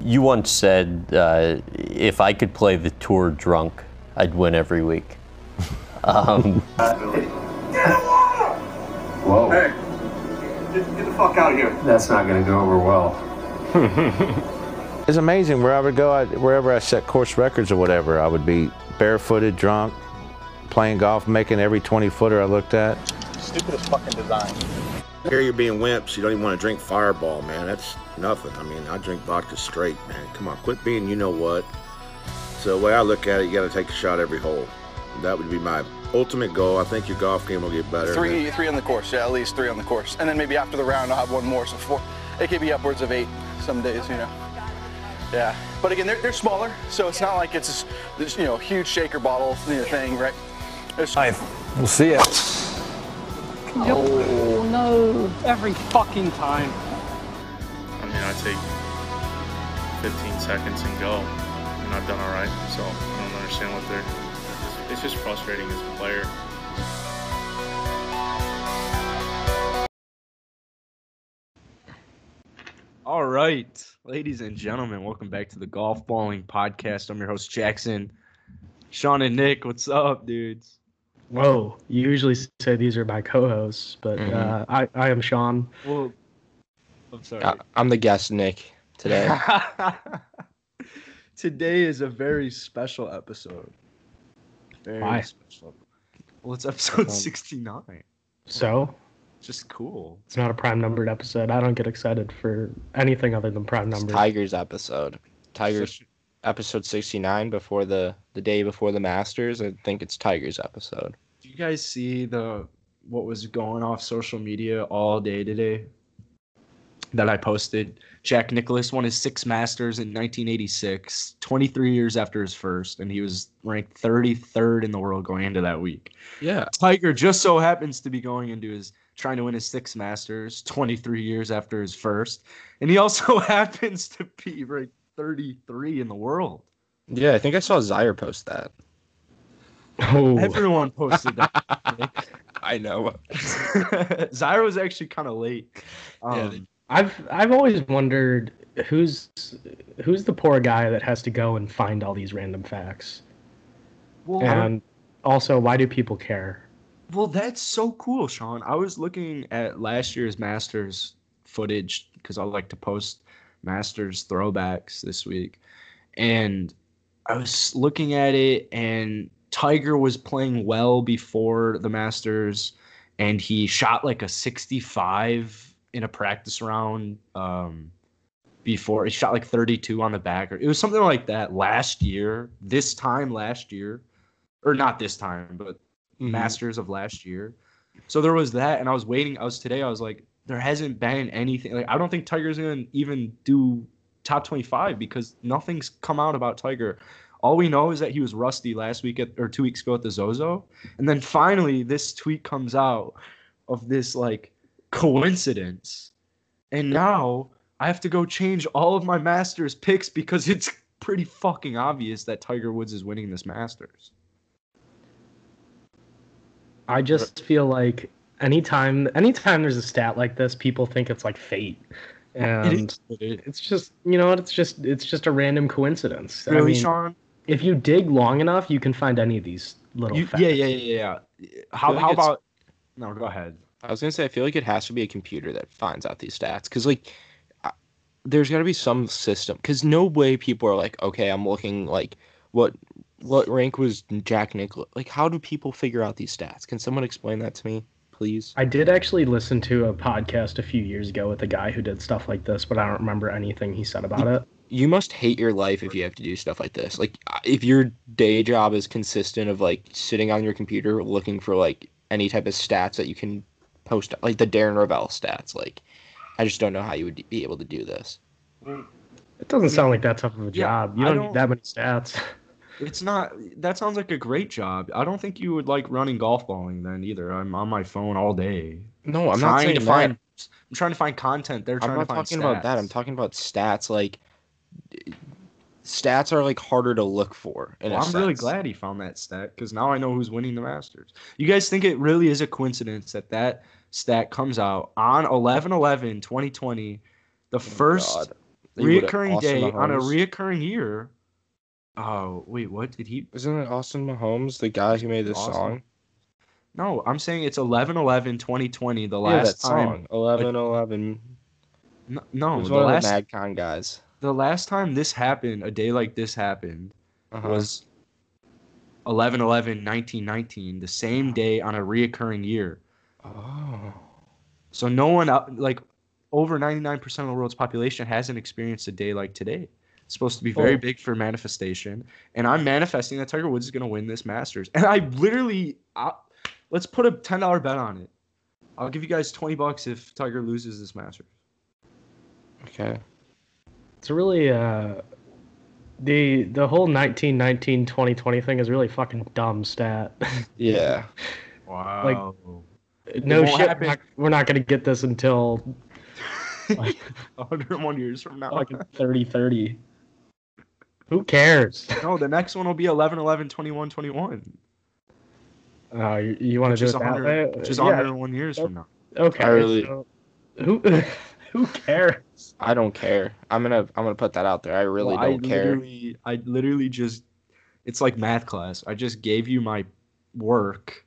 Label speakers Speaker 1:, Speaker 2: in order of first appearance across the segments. Speaker 1: You once said uh, if I could play the tour drunk, I'd win every week.
Speaker 2: Whoa,
Speaker 3: Hey, get, get the fuck out of here.
Speaker 2: that's not going to go over well.
Speaker 4: It's amazing where I would go, I, wherever I set course records or whatever, I would be barefooted, drunk, playing golf, making every 20 footer I looked at.
Speaker 5: Stupidest fucking design.
Speaker 6: Here you're being wimps. You don't even want to drink Fireball, man. That's nothing. I mean, I drink vodka straight, man. Come on, quit being you know what. So the way I look at it, you got to take a shot every hole. That would be my ultimate goal. I think your golf game will get better.
Speaker 5: Three, three on the course. Yeah, at least three on the course. And then maybe after the round, I'll have one more. So four. It could be upwards of eight some days, you know. Yeah. But again, they're, they're smaller, so it's not like it's this, you know huge shaker bottle you know, thing, right? It's,
Speaker 7: We'll see ya.
Speaker 8: Oh no! Every fucking time.
Speaker 9: I mean, I take 15 seconds and go, and I've done all right. So I don't understand what they're. It's just frustrating as a player.
Speaker 10: All right, ladies and gentlemen, welcome back to the Golf Balling Podcast. I'm your host Jackson. Sean and Nick, what's up, dudes?
Speaker 8: Whoa! You usually say these are my co-hosts, but
Speaker 10: Mm-hmm.
Speaker 8: uh, I I am Sean.
Speaker 10: Well, I'm sorry.
Speaker 11: I- I'm the guest, Nick, today.
Speaker 10: Today is a very special episode. Very
Speaker 8: Why?
Speaker 10: special. Well, it's episode
Speaker 11: Um,
Speaker 10: 69.
Speaker 8: So
Speaker 10: Just cool.
Speaker 8: it's not a prime numbered episode. I don't get excited for anything other than prime
Speaker 11: It's
Speaker 8: numbers.
Speaker 11: Tigers episode. Tigers
Speaker 10: Such-
Speaker 11: episode 69 before the the day before the Masters. I think it's Tigers episode.
Speaker 10: Do you guys see the what was going off social media all day today? That I posted. Jack Nicholas won his sixth Masters in 1986, 23 years after his first, and he was ranked 33rd in the world going into that week.
Speaker 11: Yeah.
Speaker 10: Tiger just so happens to be going into his trying to win his sixth Masters 23 years after his first, and he also happens to be ranked 33 in the world.
Speaker 11: Yeah, I think I saw Zyre post that.
Speaker 8: Oh,
Speaker 10: Everyone posted that.
Speaker 11: I know.
Speaker 10: Zyra was actually kind of late.
Speaker 11: Yeah,
Speaker 10: Um,
Speaker 11: they-
Speaker 8: I've I've always wondered who's who's the poor guy that has to go and find all these random facts,
Speaker 10: well,
Speaker 8: and also why do people care?
Speaker 10: well, that's so cool, Sean. I was looking at last year's Masters footage because I like to post Masters throwbacks this week, and I was looking at it, and Tiger was playing well before the Masters, and he shot like a 65 in a practice round. Um, before he shot like 32 on the back, or it was something like that last year. This time last year, or not this time, but
Speaker 8: Mm-hmm.
Speaker 10: Masters of last year. So there was that, and I was waiting. I was today. I was like, there hasn't been anything. Like I don't think Tiger's gonna even do top twenty five because nothing's come out about Tiger. All we know is that he was rusty last week at, or two weeks ago at the Zozo, and then finally this tweet comes out of this like coincidence, and now I have to go change all of my Masters picks because it's pretty fucking obvious that Tiger Woods is winning this Masters.
Speaker 8: I just feel like anytime anytime there's a stat like this, people think it's like fate. And it's just you know what, it's just it's just a random coincidence. I
Speaker 10: Really,
Speaker 8: mean,
Speaker 10: Sean?
Speaker 8: if you dig long enough, you can find any of these little
Speaker 10: You-
Speaker 8: facts.
Speaker 10: yeah, yeah, yeah, yeah. How,
Speaker 11: feel like
Speaker 10: how
Speaker 11: it's-
Speaker 10: about? No, go ahead.
Speaker 11: I was gonna say I feel like it has to be a computer that finds out these stats because like I- there's gotta be some system because no way people are like okay I'm looking like what what rank was Jack Nicklaus like how do people figure out these stats can someone explain that to me please
Speaker 8: I did actually listen to a podcast a few years ago with a guy who did stuff like this, but I don't remember anything he said about it.
Speaker 11: you must hate your life if you have to do stuff like this like I- if your day job is consistent of like sitting on your computer looking for like any type of stats that you can post like the Darren Ravel stats like I just don't know how you would be able to do this.
Speaker 8: It doesn't sound like that tough of a
Speaker 10: Yeah,
Speaker 8: job. You
Speaker 10: I
Speaker 8: don't,
Speaker 10: don't-
Speaker 8: need that many stats.
Speaker 10: It's not. That sounds like a great job. I don't think you would like running golf balling then either. I'm on my phone all day.
Speaker 11: No, I'm not saying
Speaker 10: to
Speaker 11: that.
Speaker 10: find. I'm trying to find content. They're trying
Speaker 11: I'm
Speaker 10: to
Speaker 11: not
Speaker 10: find.
Speaker 11: talking about that. I'm
Speaker 10: stats.
Speaker 11: talking about stats. Like, d- stats are like harder to look for. in a
Speaker 10: Well, I'm really
Speaker 11: sense.
Speaker 10: glad he found that stat because now I know who's winning the Masters. You guys think it really is a coincidence that that stat comes out on 11 11 2020, the
Speaker 11: Oh,
Speaker 10: first
Speaker 11: God. He would've
Speaker 10: reoccurring
Speaker 11: Austin
Speaker 10: day on a
Speaker 11: Mahomes.
Speaker 10: reoccurring year. Oh wait, what did he?
Speaker 11: Isn't it Austin Mahomes, the guy who made this
Speaker 10: Austin.
Speaker 11: song?
Speaker 10: No, I'm saying it's 11-11-2020,
Speaker 11: yeah,
Speaker 10: The last
Speaker 11: that
Speaker 10: time.
Speaker 11: song. 11 11.
Speaker 10: N-
Speaker 11: It
Speaker 10: No,
Speaker 11: was
Speaker 10: the
Speaker 11: one
Speaker 10: last
Speaker 11: of the MagCon guys.
Speaker 10: the last time this happened, a day like this happened,
Speaker 11: Uh-huh.
Speaker 10: was 11 11 1919, the same day on a reoccurring year.
Speaker 11: Oh.
Speaker 10: So no one out, like over 99% of the world's population hasn't experienced a day like today. It's supposed to be very
Speaker 11: Oh.
Speaker 10: big for manifestation, and I'm manifesting that Tiger Woods is going to win this Masters. And I literally I, let's put a $10 bet on it. I'll give you guys 20 bucks if Tiger loses this Masters.
Speaker 11: Okay.
Speaker 8: It's really uh, the the whole 19, 19, 20, 20 thing is really fucking dumb stat.
Speaker 11: Yeah.
Speaker 10: Wow.
Speaker 8: no
Speaker 10: won't
Speaker 8: shit, we're
Speaker 10: happen.
Speaker 8: not, we're not gonna get this until
Speaker 10: Like 101 years from now.
Speaker 8: fucking thirty thirty. Who cares?
Speaker 10: No, the next one will be 11 11 21 21.
Speaker 8: Uh, you you want
Speaker 10: Which
Speaker 8: to do
Speaker 10: is
Speaker 8: it that
Speaker 10: 100,
Speaker 8: way?
Speaker 10: which is
Speaker 8: Yeah,
Speaker 10: 101 years from now.
Speaker 8: Okay.
Speaker 11: I really-
Speaker 8: so who who cares?
Speaker 11: I don't care. I'm gonna I'm gonna put that out there. I really
Speaker 10: Well,
Speaker 11: don't
Speaker 10: I
Speaker 11: care.
Speaker 10: Literally, I literally just, it's like math class. I just gave you my work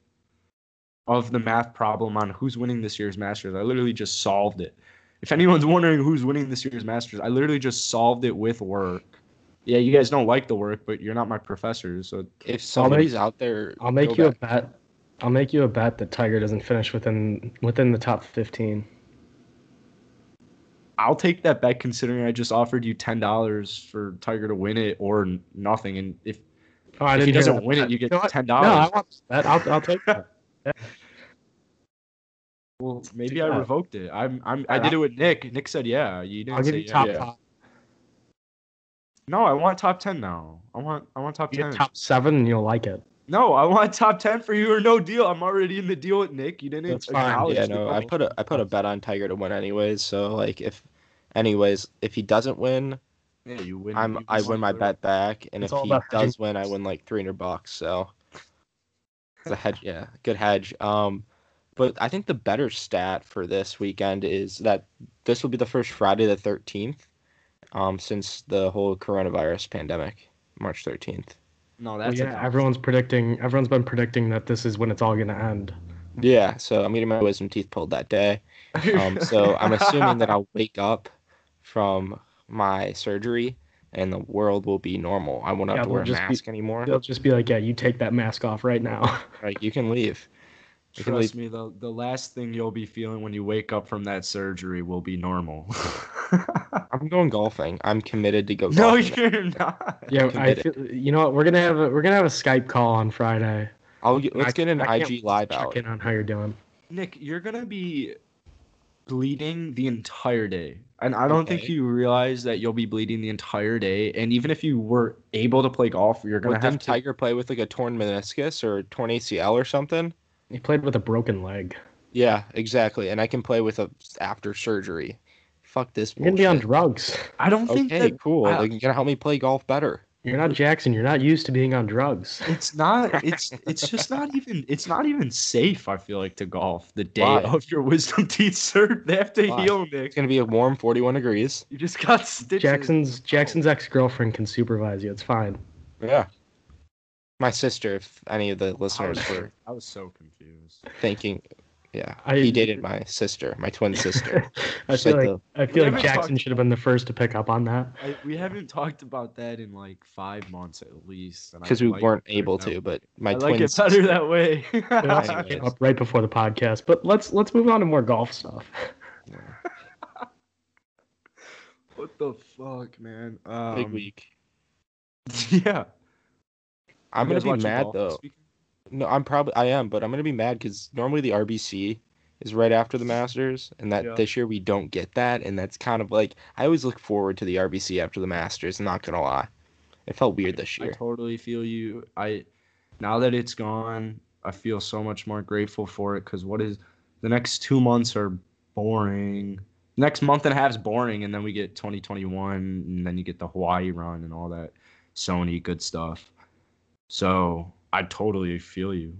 Speaker 10: of the math problem on who's winning this year's Masters. I literally just solved it. If anyone's wondering who's winning this year's Masters, I literally just solved it with work. Yeah, you guys don't like the work, but you're not my professors, so
Speaker 11: If somebody's out there,
Speaker 8: I'll make
Speaker 11: go
Speaker 8: you
Speaker 11: back.
Speaker 8: a bet. I'll make you a bet that Tiger doesn't finish within within the top fifteen.
Speaker 10: I'll take that bet considering I just offered you ten dollars for Tiger to win it or n- nothing. And if,
Speaker 8: Oh, I
Speaker 10: if he
Speaker 8: didn't hear
Speaker 10: doesn't
Speaker 8: that
Speaker 10: win it,
Speaker 8: bet.
Speaker 10: you get
Speaker 8: know what?
Speaker 10: ten
Speaker 8: No, I
Speaker 10: dollars.
Speaker 8: want that. I'll, I'll take that.
Speaker 10: well, maybe
Speaker 8: do
Speaker 10: I
Speaker 8: that.
Speaker 10: revoked it. I'm, I'm I
Speaker 8: Yeah.
Speaker 10: did it with Nick. Nick said, "Yeah, you didn't."
Speaker 8: I'll give
Speaker 10: say
Speaker 8: you
Speaker 10: yeah.
Speaker 8: top
Speaker 11: yeah.
Speaker 8: five.
Speaker 10: No, I want top ten now. I want I want top
Speaker 8: You
Speaker 10: ten.
Speaker 8: get top seven, and you'll like it.
Speaker 10: no, I want top ten for you or no deal. I'm already in the deal with Nick. You didn't
Speaker 8: That's fine.
Speaker 10: acknowledge
Speaker 11: Yeah,
Speaker 10: the
Speaker 11: no, I
Speaker 10: goal.
Speaker 11: put a I put a bet on Tiger to win anyways. So like if, anyways, if he doesn't win,
Speaker 10: Yeah, you win.
Speaker 11: I'm
Speaker 10: you
Speaker 11: I win my
Speaker 10: literally-
Speaker 11: bet back, and
Speaker 8: It's
Speaker 11: if
Speaker 8: all
Speaker 11: he
Speaker 8: about hedging.
Speaker 11: does win, I win like 300 bucks. So it's a hedge, yeah, good hedge. Um, but I think the better stat for this weekend is that this will be the first Friday the 13th, um, since the whole coronavirus pandemic, March 13th.
Speaker 10: No,
Speaker 8: Well,
Speaker 10: that's
Speaker 8: yeah,
Speaker 10: a-
Speaker 8: everyone's predicting. Everyone's been predicting that this is when it's all gonna end.
Speaker 11: Yeah, so I'm getting my wisdom teeth pulled that day. Um, so I'm assuming that I'll wake up from my surgery and the world will be normal. I won't
Speaker 8: Yeah,
Speaker 11: have to wear a
Speaker 8: they'll just be-
Speaker 11: mask anymore.
Speaker 8: They'll just be like, "Yeah, you take that mask off right now."
Speaker 11: Like you can leave. You can
Speaker 10: Trust
Speaker 11: leave.
Speaker 10: me, the the last thing you'll be feeling when you wake up from that surgery will be normal.
Speaker 11: I'm going golfing. I'm committed to go
Speaker 10: no,
Speaker 11: golfing.
Speaker 10: you're not.
Speaker 8: Yeah,
Speaker 11: can
Speaker 8: I
Speaker 11: get
Speaker 8: feel, you know what? We're gonna have a we're gonna have a Skype call on Friday.
Speaker 11: I'll get,
Speaker 8: I-
Speaker 11: let's get an
Speaker 8: I can't
Speaker 11: IG live
Speaker 8: Check
Speaker 11: out.
Speaker 8: in on how you're doing.
Speaker 10: Nick, you're gonna be bleeding the entire day, and I don't think
Speaker 11: Okay.
Speaker 10: you realize that you'll be bleeding the entire day. And even if you were able to play golf, you're gonna
Speaker 11: Would
Speaker 10: have
Speaker 11: then
Speaker 10: to.
Speaker 11: Tiger play with like a torn meniscus or torn ACL or something?
Speaker 8: He played with a broken leg.
Speaker 11: Yeah, exactly. And I can play with a after surgery. Fuck this.
Speaker 8: You're gonna be on
Speaker 11: bullshit.
Speaker 8: drugs.
Speaker 10: I don't think
Speaker 11: Okay,
Speaker 10: that
Speaker 11: cool.
Speaker 10: I-
Speaker 11: Like, you're gonna help me play golf better.
Speaker 8: You're not Jackson. You're not used to being on drugs.
Speaker 10: it's not. It's it's just not even. It's not even safe. I feel like to golf the day
Speaker 11: Why?
Speaker 10: of your wisdom teeth surgery. They have to
Speaker 11: Why?
Speaker 10: heal,
Speaker 11: It's
Speaker 10: Nick.
Speaker 11: gonna be a warm 41 degrees.
Speaker 10: You just got stitches.
Speaker 8: Jackson's Jackson's ex girlfriend can supervise you. It's fine.
Speaker 11: Yeah. My sister, if any of the listeners were
Speaker 10: I was so confused.
Speaker 11: thinking, yeah,
Speaker 8: I-
Speaker 11: he dated my sister, my twin sister.
Speaker 8: I
Speaker 11: She's
Speaker 8: feel
Speaker 11: like
Speaker 8: like I feel
Speaker 10: We haven't
Speaker 8: like Jackson should have been the first to pick up on that.
Speaker 10: I, we haven't talked about that in like five months at least. and I
Speaker 11: because we
Speaker 10: like
Speaker 11: weren't
Speaker 10: it better
Speaker 11: able
Speaker 10: that
Speaker 11: to,
Speaker 10: way.
Speaker 11: but my
Speaker 10: I
Speaker 11: twin
Speaker 10: like it
Speaker 11: sister,
Speaker 10: better that way.
Speaker 8: It also came
Speaker 11: Anyways.
Speaker 8: up right before the podcast. But let's let's move on to more golf stuff.
Speaker 10: what the fuck, man? Um,
Speaker 11: big week.
Speaker 10: Yeah,
Speaker 11: I'm gonna
Speaker 10: You guys
Speaker 11: be
Speaker 10: watching
Speaker 11: mad
Speaker 10: golf this
Speaker 11: though.
Speaker 10: weekend?
Speaker 11: No, I'm probably I am, but I'm gonna be mad because normally the RBC is right after the Masters, and that
Speaker 10: Yeah.
Speaker 11: this year we don't get that, and that's kind of like I always look forward to the RBC after the Masters. Not gonna lie, it felt weird this
Speaker 10: I
Speaker 11: year.
Speaker 10: totally feel you. I now that it's gone, I feel so much more grateful for it because what is the next two months are boring. Next month and a half's boring, and then we get 2021, and then you get the Hawaii run and all that Sony good stuff. So I totally feel you.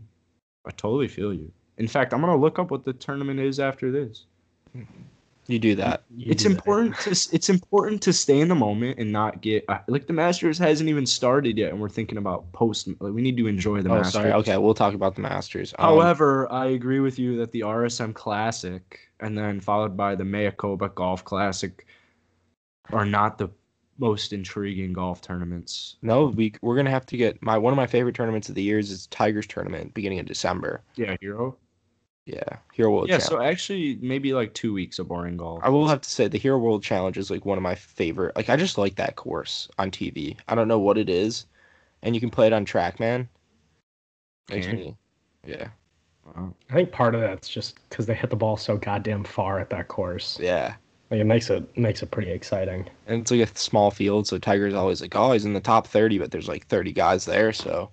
Speaker 10: I totally feel you. In fact, I'm gonna look up what the tournament is after this.
Speaker 11: You do that.
Speaker 8: You
Speaker 10: It's
Speaker 8: do that.
Speaker 10: important to s- it's important to stay in the moment and not get uh, like the Masters hasn't even started yet, and we're thinking about post. Like we need to enjoy the
Speaker 11: oh,
Speaker 10: Masters.
Speaker 11: sorry. Okay, we'll talk about the Masters. Um,
Speaker 10: However, I agree with you that the RSM Classic and then followed by the Mayakoba Golf Classic are not the most intriguing golf tournaments.
Speaker 11: no, we we're gonna have to get my one of my favorite tournaments of the years is Tigers tournament beginning of December.
Speaker 10: Yeah, Hero.
Speaker 11: Yeah, Hero World.
Speaker 10: Yeah,
Speaker 11: Challenge.
Speaker 10: so actually maybe like two weeks of boring golf.
Speaker 11: I will have to say the Hero World Challenge is like one of my favorite. Like I just like that course on TV. I don't know what it is, and you can play it on TrackMan. Makes
Speaker 10: Can
Speaker 11: me- yeah,
Speaker 10: Wow.
Speaker 8: I think part of that's just because they hit the ball so goddamn far at that course.
Speaker 11: yeah.
Speaker 8: Like it makes it makes it pretty exciting.
Speaker 11: And it's like a small field, so Tiger's always like, oh, he's in the top thirty, but there's like thirty guys there, so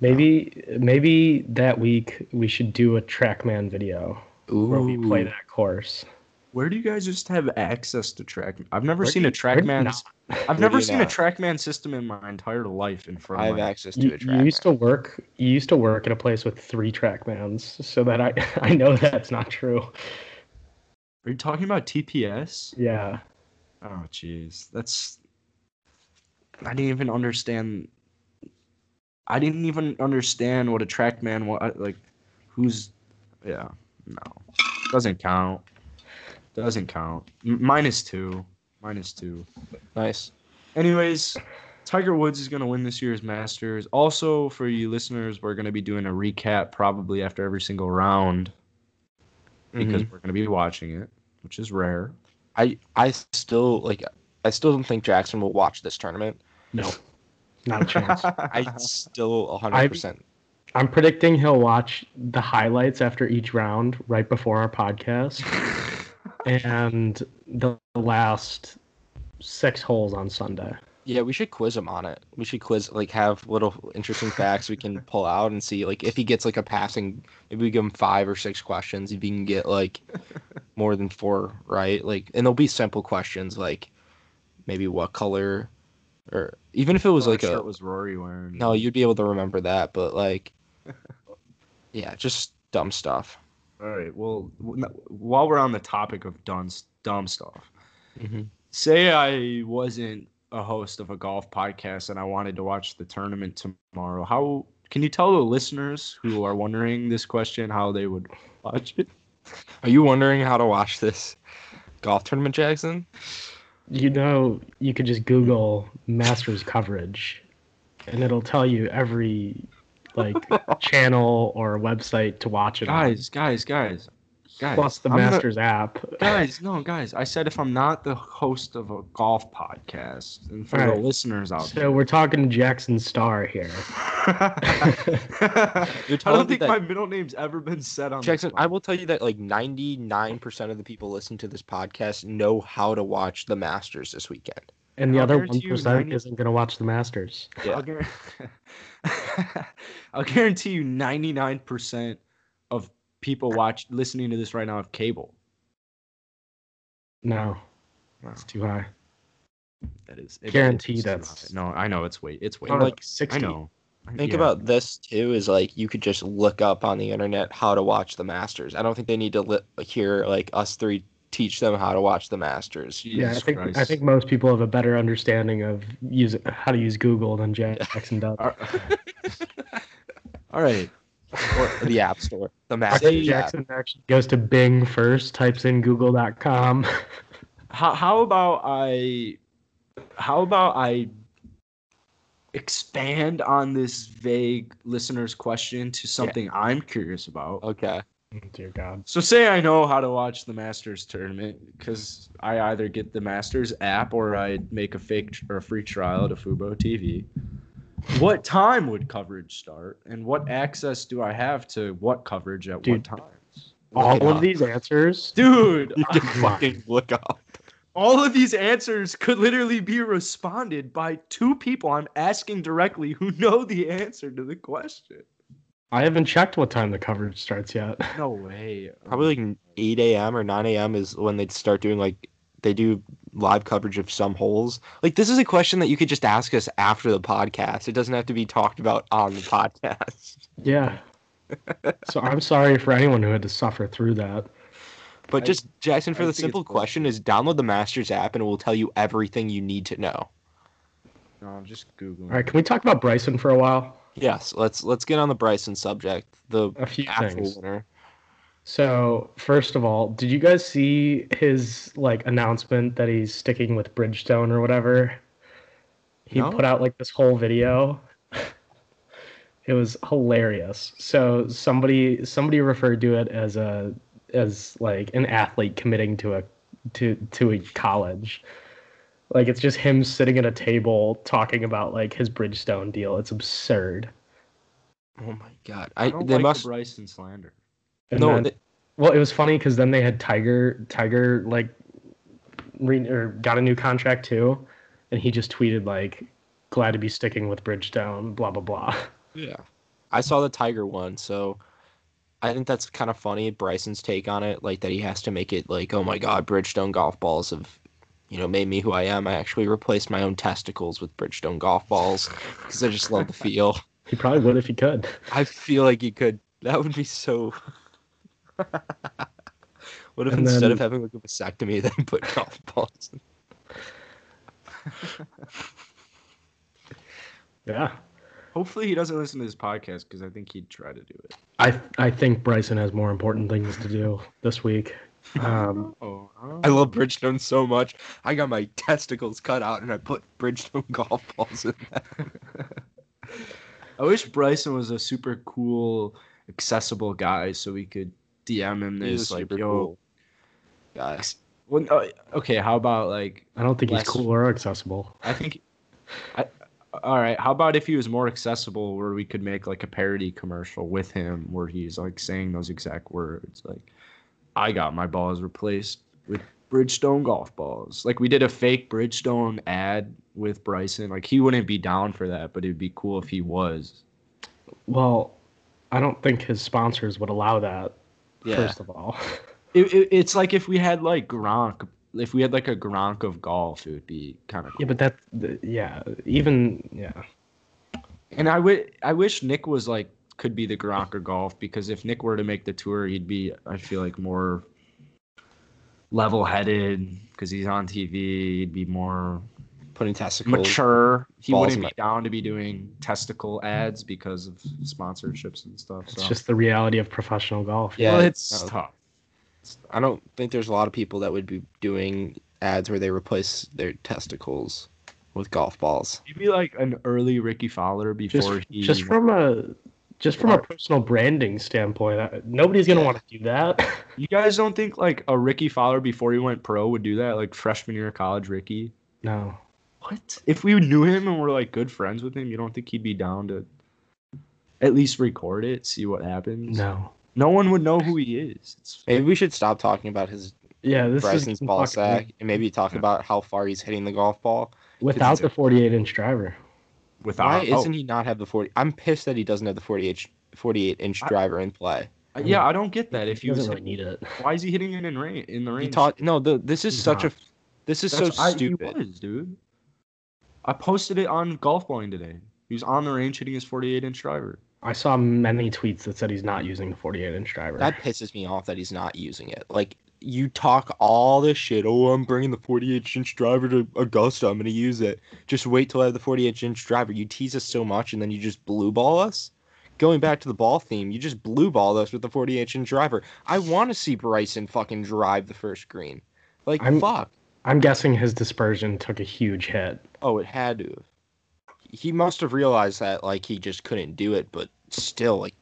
Speaker 8: Maybe maybe that week we should do a TrackMan video where we play that course.
Speaker 10: Where do you guys just have access to track? I've never
Speaker 11: Where
Speaker 10: seen a
Speaker 8: where do you
Speaker 10: TrackMan.
Speaker 8: not?
Speaker 10: I've
Speaker 11: do
Speaker 10: never
Speaker 11: you
Speaker 10: seen a
Speaker 11: not?
Speaker 10: TrackMan system in my entire life in front
Speaker 11: I
Speaker 10: of
Speaker 11: have
Speaker 10: me.
Speaker 11: access to
Speaker 8: You,
Speaker 11: a
Speaker 8: you
Speaker 11: track.
Speaker 8: used to work you used to work at a place with three TrackMans, so that I I know that's not true.
Speaker 10: Are you talking about TPS?
Speaker 8: Yeah.
Speaker 10: Oh, jeez, that's. I didn't even understand. I didn't even understand what a TrackMan was like. Who's, yeah, no, doesn't count. Doesn't count. M- minus two. Minus two.
Speaker 11: nice.
Speaker 10: Anyways, Tiger Woods is going to win this year's Masters. Also, for you listeners, we're going to be doing a recap probably after every single round because
Speaker 11: Because
Speaker 10: we're going to be watching it, which is rare.
Speaker 11: I I still like I still don't think Jackson will watch this tournament.
Speaker 8: No. Not a chance.
Speaker 11: I still
Speaker 8: I-
Speaker 11: hundred percent.
Speaker 8: I'm predicting he'll watch the highlights after each round right before our podcast and the last six holes on Sunday.
Speaker 11: Yeah, we should quiz him on it. We should quiz like have little interesting facts we can pull out and see like if he gets like a passing. Maybe we give him five or six questions. If he can get like more than four right, like and they'll be simple questions like maybe what color, or even if it was
Speaker 10: Oh,
Speaker 11: like
Speaker 10: what
Speaker 11: a
Speaker 10: shirt was Rory wearing?
Speaker 11: no, you'd be able to remember that. But like, yeah, just dumb stuff.
Speaker 10: All right. Well, w- no- while we're on the topic of dumb, s- dumb stuff,
Speaker 11: Mhm.
Speaker 10: say I wasn't a host of a golf podcast and I wanted to watch the tournament tomorrow. How can you tell the listeners who are wondering this question how they would watch it?
Speaker 11: Are you wondering how to watch this golf tournament, Jackson?
Speaker 8: You know, you could just Google Masters coverage and it'll tell you every like channel or website to watch it on.
Speaker 10: Guys, guys, guys, guys.
Speaker 8: Plus the
Speaker 10: I'm not-
Speaker 8: Masters app.
Speaker 10: guys, no, guys. I said if I'm not the host of a golf podcast, and for
Speaker 8: All
Speaker 10: the
Speaker 8: right.
Speaker 10: listeners out
Speaker 8: So we're talking to Jackson Star here.
Speaker 10: there.
Speaker 11: You're
Speaker 10: I
Speaker 11: telling
Speaker 10: don't
Speaker 11: me
Speaker 10: think
Speaker 11: that-
Speaker 10: my middle name's ever been said on
Speaker 11: Jackson,
Speaker 10: This
Speaker 11: I will tell you that like 99% of the people listening to this podcast know how to watch the Masters this weekend.
Speaker 8: And the
Speaker 10: I'll
Speaker 8: other
Speaker 10: guarantee you
Speaker 8: 1%
Speaker 10: 90
Speaker 8: isn't going to watch the Masters.
Speaker 11: Yeah.
Speaker 10: I'll, guar- I'll guarantee you 99% of people watch listening to this right now have cable.
Speaker 8: No,
Speaker 11: Wow.
Speaker 8: it's too high.
Speaker 10: That is it-
Speaker 8: Guarantee
Speaker 10: it's
Speaker 8: that's-
Speaker 10: not- No, I know it's way it's way.
Speaker 8: Probably
Speaker 10: Like
Speaker 8: like 60.
Speaker 10: I know. I-
Speaker 11: Think
Speaker 10: yeah.
Speaker 11: about this too is like you could just look up on the internet how to watch the Masters. I don't think they need to li- hear like us three teach them how to watch the Masters.
Speaker 8: yeah, I
Speaker 10: Jesus
Speaker 8: think
Speaker 10: Christ.
Speaker 8: I think most people have a better understanding of use, how to use Google than Jackson does.
Speaker 10: All all right.
Speaker 11: Or the App Store. The
Speaker 8: I think
Speaker 11: Masters. app.
Speaker 8: Jackson actually goes to Bing first, types in Google.com.
Speaker 10: How how about I how about I expand on this vague listener's question to something I'm curious about?
Speaker 11: Okay.
Speaker 8: Dear God,
Speaker 10: So say I know how to watch the Masters tournament because I either get the Masters app or I make a fake tr- or a free trial to Fubo TV. What time would coverage start, and what access do I have to what coverage at
Speaker 8: Dude.
Speaker 10: what times?
Speaker 8: all
Speaker 11: it
Speaker 8: of
Speaker 11: up.
Speaker 8: these answers.
Speaker 10: Dude,
Speaker 11: Fucking look up.
Speaker 10: all of these answers could literally be responded by two people I'm asking directly who know the answer to the question.
Speaker 8: I haven't checked what time the coverage starts yet.
Speaker 10: No way. oh
Speaker 11: Probably like 8 a.m. or 9 a.m. is when they start doing like they do live coverage of some holes. Like this is a question that you could just ask us after the podcast. It doesn't have to be talked about on the podcast.
Speaker 8: Yeah. So I'm sorry for anyone who had to suffer through that.
Speaker 11: But
Speaker 10: I-
Speaker 11: just Jackson, for
Speaker 10: I
Speaker 11: the
Speaker 10: think it's
Speaker 11: simple
Speaker 10: bullshit.
Speaker 11: question, is download the Masters app and it will tell you everything you need to know.
Speaker 10: No, I'm just googling.
Speaker 8: All right, can we talk about Bryson for a while?
Speaker 11: Yes, let's let's get on the Bryson subject. The
Speaker 8: A few
Speaker 11: actual
Speaker 8: things.
Speaker 11: winner.
Speaker 8: So, first of all, did you guys see his like announcement that he's sticking with Bridgestone or whatever? He
Speaker 11: No.
Speaker 8: put out like this whole video. it was hilarious. So, somebody somebody referred to it as a as like an athlete committing to a to to a college. Like it's just him sitting at a table talking about like his Bridgestone deal. It's absurd.
Speaker 11: Oh my god!
Speaker 10: I
Speaker 11: I,
Speaker 10: don't
Speaker 11: they
Speaker 10: like
Speaker 11: must
Speaker 10: the Bryson slander.
Speaker 8: And
Speaker 11: no.
Speaker 8: then-
Speaker 11: they-
Speaker 8: Well, it was funny because then they had Tiger. Tiger like re- or got a new contract too, and he just tweeted like, "Glad to be sticking with Bridgestone." Blah blah blah.
Speaker 11: yeah, I saw the Tiger one, so I think that's kind of funny. Bryson's take on it, like that he has to make it like, oh my god, Bridgestone golf balls have, you know, made me who I am. I actually replaced my own testicles with Bridgestone golf balls because I just love the feel.
Speaker 8: He probably would if he could.
Speaker 11: I feel like you could. That would be so. what if
Speaker 8: And
Speaker 11: instead
Speaker 8: then-
Speaker 11: of having like a vasectomy, then put golf balls? in?
Speaker 8: Yeah,
Speaker 10: Hopefully, he doesn't listen to this podcast because I think he'd try to do it.
Speaker 8: I I think Bryson has more important things to do this week. Um,
Speaker 10: Oh,
Speaker 11: I love Bridgestone so much. I got my testicles cut out and I put Bridgestone golf balls in. That.
Speaker 10: I wish Bryson was a super cool, accessible guy so we could DM him
Speaker 11: He's
Speaker 10: this
Speaker 11: a
Speaker 10: like,
Speaker 11: super
Speaker 10: yo,
Speaker 11: cool guy.
Speaker 10: well, no, okay, how about like
Speaker 8: I don't think he's
Speaker 10: Less-
Speaker 8: cool or accessible.
Speaker 10: I think, I, all right. How about if he was more accessible, where we could make like a parody commercial with him, where he's like saying those exact words, like, "I got my balls replaced with Bridgestone golf balls." Like we did a fake Bridgestone ad with Bryson. Like he wouldn't be down for that, but it'd be cool if he was.
Speaker 8: Well, I don't think his sponsors would allow that.
Speaker 11: Yeah.
Speaker 8: First of all,
Speaker 10: It, it, it's like if we had like Gronk. If we had like a Gronk of golf, it would be kind of cool.
Speaker 8: yeah, but that yeah, even yeah.
Speaker 10: And I would I wish Nick was like could be the Gronk or golf because if Nick were to make the tour, he'd be I feel like more level headed because he's on TV. He'd be more
Speaker 11: Putting testicles.
Speaker 10: mature. He
Speaker 11: balls
Speaker 10: wouldn't
Speaker 11: in
Speaker 10: be down to be doing testicle ads because of sponsorships and stuff. So.
Speaker 8: It's just the reality of professional golf.
Speaker 11: Yeah,
Speaker 10: well, it's
Speaker 11: no,
Speaker 10: tough.
Speaker 11: I don't think there's a lot of people that would be doing ads where they replace their testicles with golf balls.
Speaker 10: He'd be like an early Ricky Fowler
Speaker 8: just
Speaker 10: before he
Speaker 8: just from a just from a personal branding standpoint, I, nobody's gonna
Speaker 11: Yeah.
Speaker 8: want to do that.
Speaker 10: You guys don't think like a Ricky Fowler before he went pro would do that? Like freshman year of college, Ricky.
Speaker 8: no,
Speaker 10: What? If we knew him and were like good friends with him, you don't think he'd be down to at least record it, see what happens?
Speaker 8: no.
Speaker 10: No one would know who he is. It's,
Speaker 11: Maybe we should stop talking about his
Speaker 8: Yeah, this
Speaker 11: Bryson's
Speaker 8: is
Speaker 11: ball sack and maybe talk about how far he's hitting the golf ball.
Speaker 8: without the 48 inch driver.
Speaker 11: Why
Speaker 10: without
Speaker 11: isn't he not have the 40? I'm pissed that he doesn't have the 48 48 inch
Speaker 10: I-
Speaker 11: driver in play.
Speaker 10: he? Uh, Yeah, I don't get that. If
Speaker 8: He
Speaker 10: he was,
Speaker 8: doesn't really need it.
Speaker 10: why is he hitting it in rain? In the rain?
Speaker 11: He taught no. The, this is
Speaker 10: He's
Speaker 11: such
Speaker 10: not.
Speaker 11: a this is
Speaker 10: That's-
Speaker 11: so
Speaker 10: I-
Speaker 11: stupid.
Speaker 10: he was, dude. I posted it on golf balling today. He was on the range hitting his 48 inch driver.
Speaker 8: I saw many tweets that said he's not using the 48 inch driver.
Speaker 11: That pisses me off that he's not using it. Like you talk all this shit. Oh, I'm bringing the 48 inch driver to Augusta. I'm gonna use it. Just wait till I have the 48 inch driver. You tease us so much, and then you just blue ball us. Going back to the ball theme, you just blue ball us with the 48 inch driver. I want to see Bryson fucking drive the first green. Like
Speaker 8: I'm-
Speaker 11: fuck.
Speaker 8: I'm guessing his dispersion took a huge hit.
Speaker 11: Oh, it had to. have. He must have realized that like he just couldn't do it, but still like.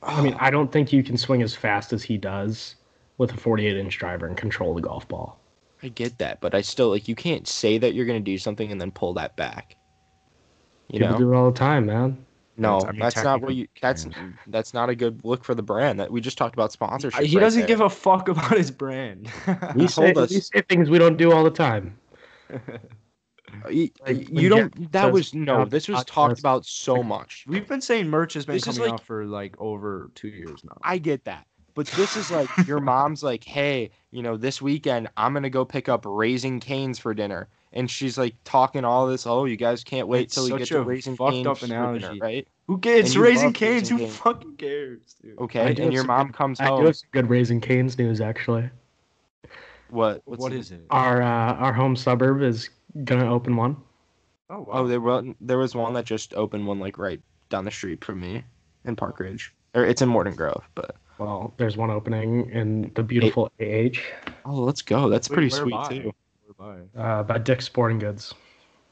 Speaker 8: I mean, I don't think you can swing as fast as he does with a 48 inch driver and control the golf ball.
Speaker 11: I get that, but I still like you can't say that you're gonna do something and then pull that back. You
Speaker 8: People
Speaker 11: know,
Speaker 8: do it all the time, man.
Speaker 11: no,
Speaker 10: I mean,
Speaker 11: that's not what you. That's
Speaker 10: technically
Speaker 11: that's not a good look for the brand. That we just talked about sponsorship.
Speaker 10: He doesn't give a fuck about his brand.
Speaker 8: We say,
Speaker 11: us.
Speaker 8: we say things we don't do all the time.
Speaker 11: a. You,
Speaker 8: like, when
Speaker 11: you
Speaker 8: Jack
Speaker 11: don't. That
Speaker 8: says,
Speaker 11: was no.
Speaker 8: "Drop
Speaker 11: This was
Speaker 8: podcast."
Speaker 11: talked about so much.
Speaker 10: We've been saying merch has been
Speaker 11: This is
Speaker 10: coming
Speaker 11: like-
Speaker 10: out for like over two years now.
Speaker 11: I get that, But this is like your mom's like, hey, you know, this weekend I'm gonna go pick up raising canes for dinner, and she's like talking all this. Oh, you guys can't wait
Speaker 10: It's
Speaker 11: till you
Speaker 10: such
Speaker 11: get to
Speaker 10: a
Speaker 11: raising
Speaker 10: fucked
Speaker 11: canes
Speaker 10: up
Speaker 11: for
Speaker 10: analogy.
Speaker 11: dinner, right?
Speaker 10: Who cares?
Speaker 11: And
Speaker 10: It's
Speaker 11: you
Speaker 10: raising
Speaker 11: love
Speaker 10: canes.
Speaker 11: Raising
Speaker 10: Who
Speaker 11: Cane's.
Speaker 10: fucking cares, dude?
Speaker 8: I
Speaker 11: Okay,
Speaker 8: do
Speaker 11: and
Speaker 8: have
Speaker 11: your
Speaker 8: some
Speaker 11: mom comes
Speaker 8: I do
Speaker 11: home.
Speaker 8: have some good Raising Canes news actually.
Speaker 11: What?
Speaker 10: What's
Speaker 11: What's
Speaker 10: what
Speaker 11: the-
Speaker 10: is it?
Speaker 8: Our uh, our home suburb is gonna open one.
Speaker 10: Oh, wow.
Speaker 11: Oh, there was there was one that just opened one like right down the street from me in Park Ridge, or it's in Morton Grove. But
Speaker 8: Well, there's one opening in the beautiful AH
Speaker 11: oh, let's go. That's
Speaker 10: Wait,
Speaker 11: pretty
Speaker 10: where
Speaker 11: sweet
Speaker 10: by?
Speaker 11: too.
Speaker 10: Where by?
Speaker 8: uh, by Dick's Sporting Goods.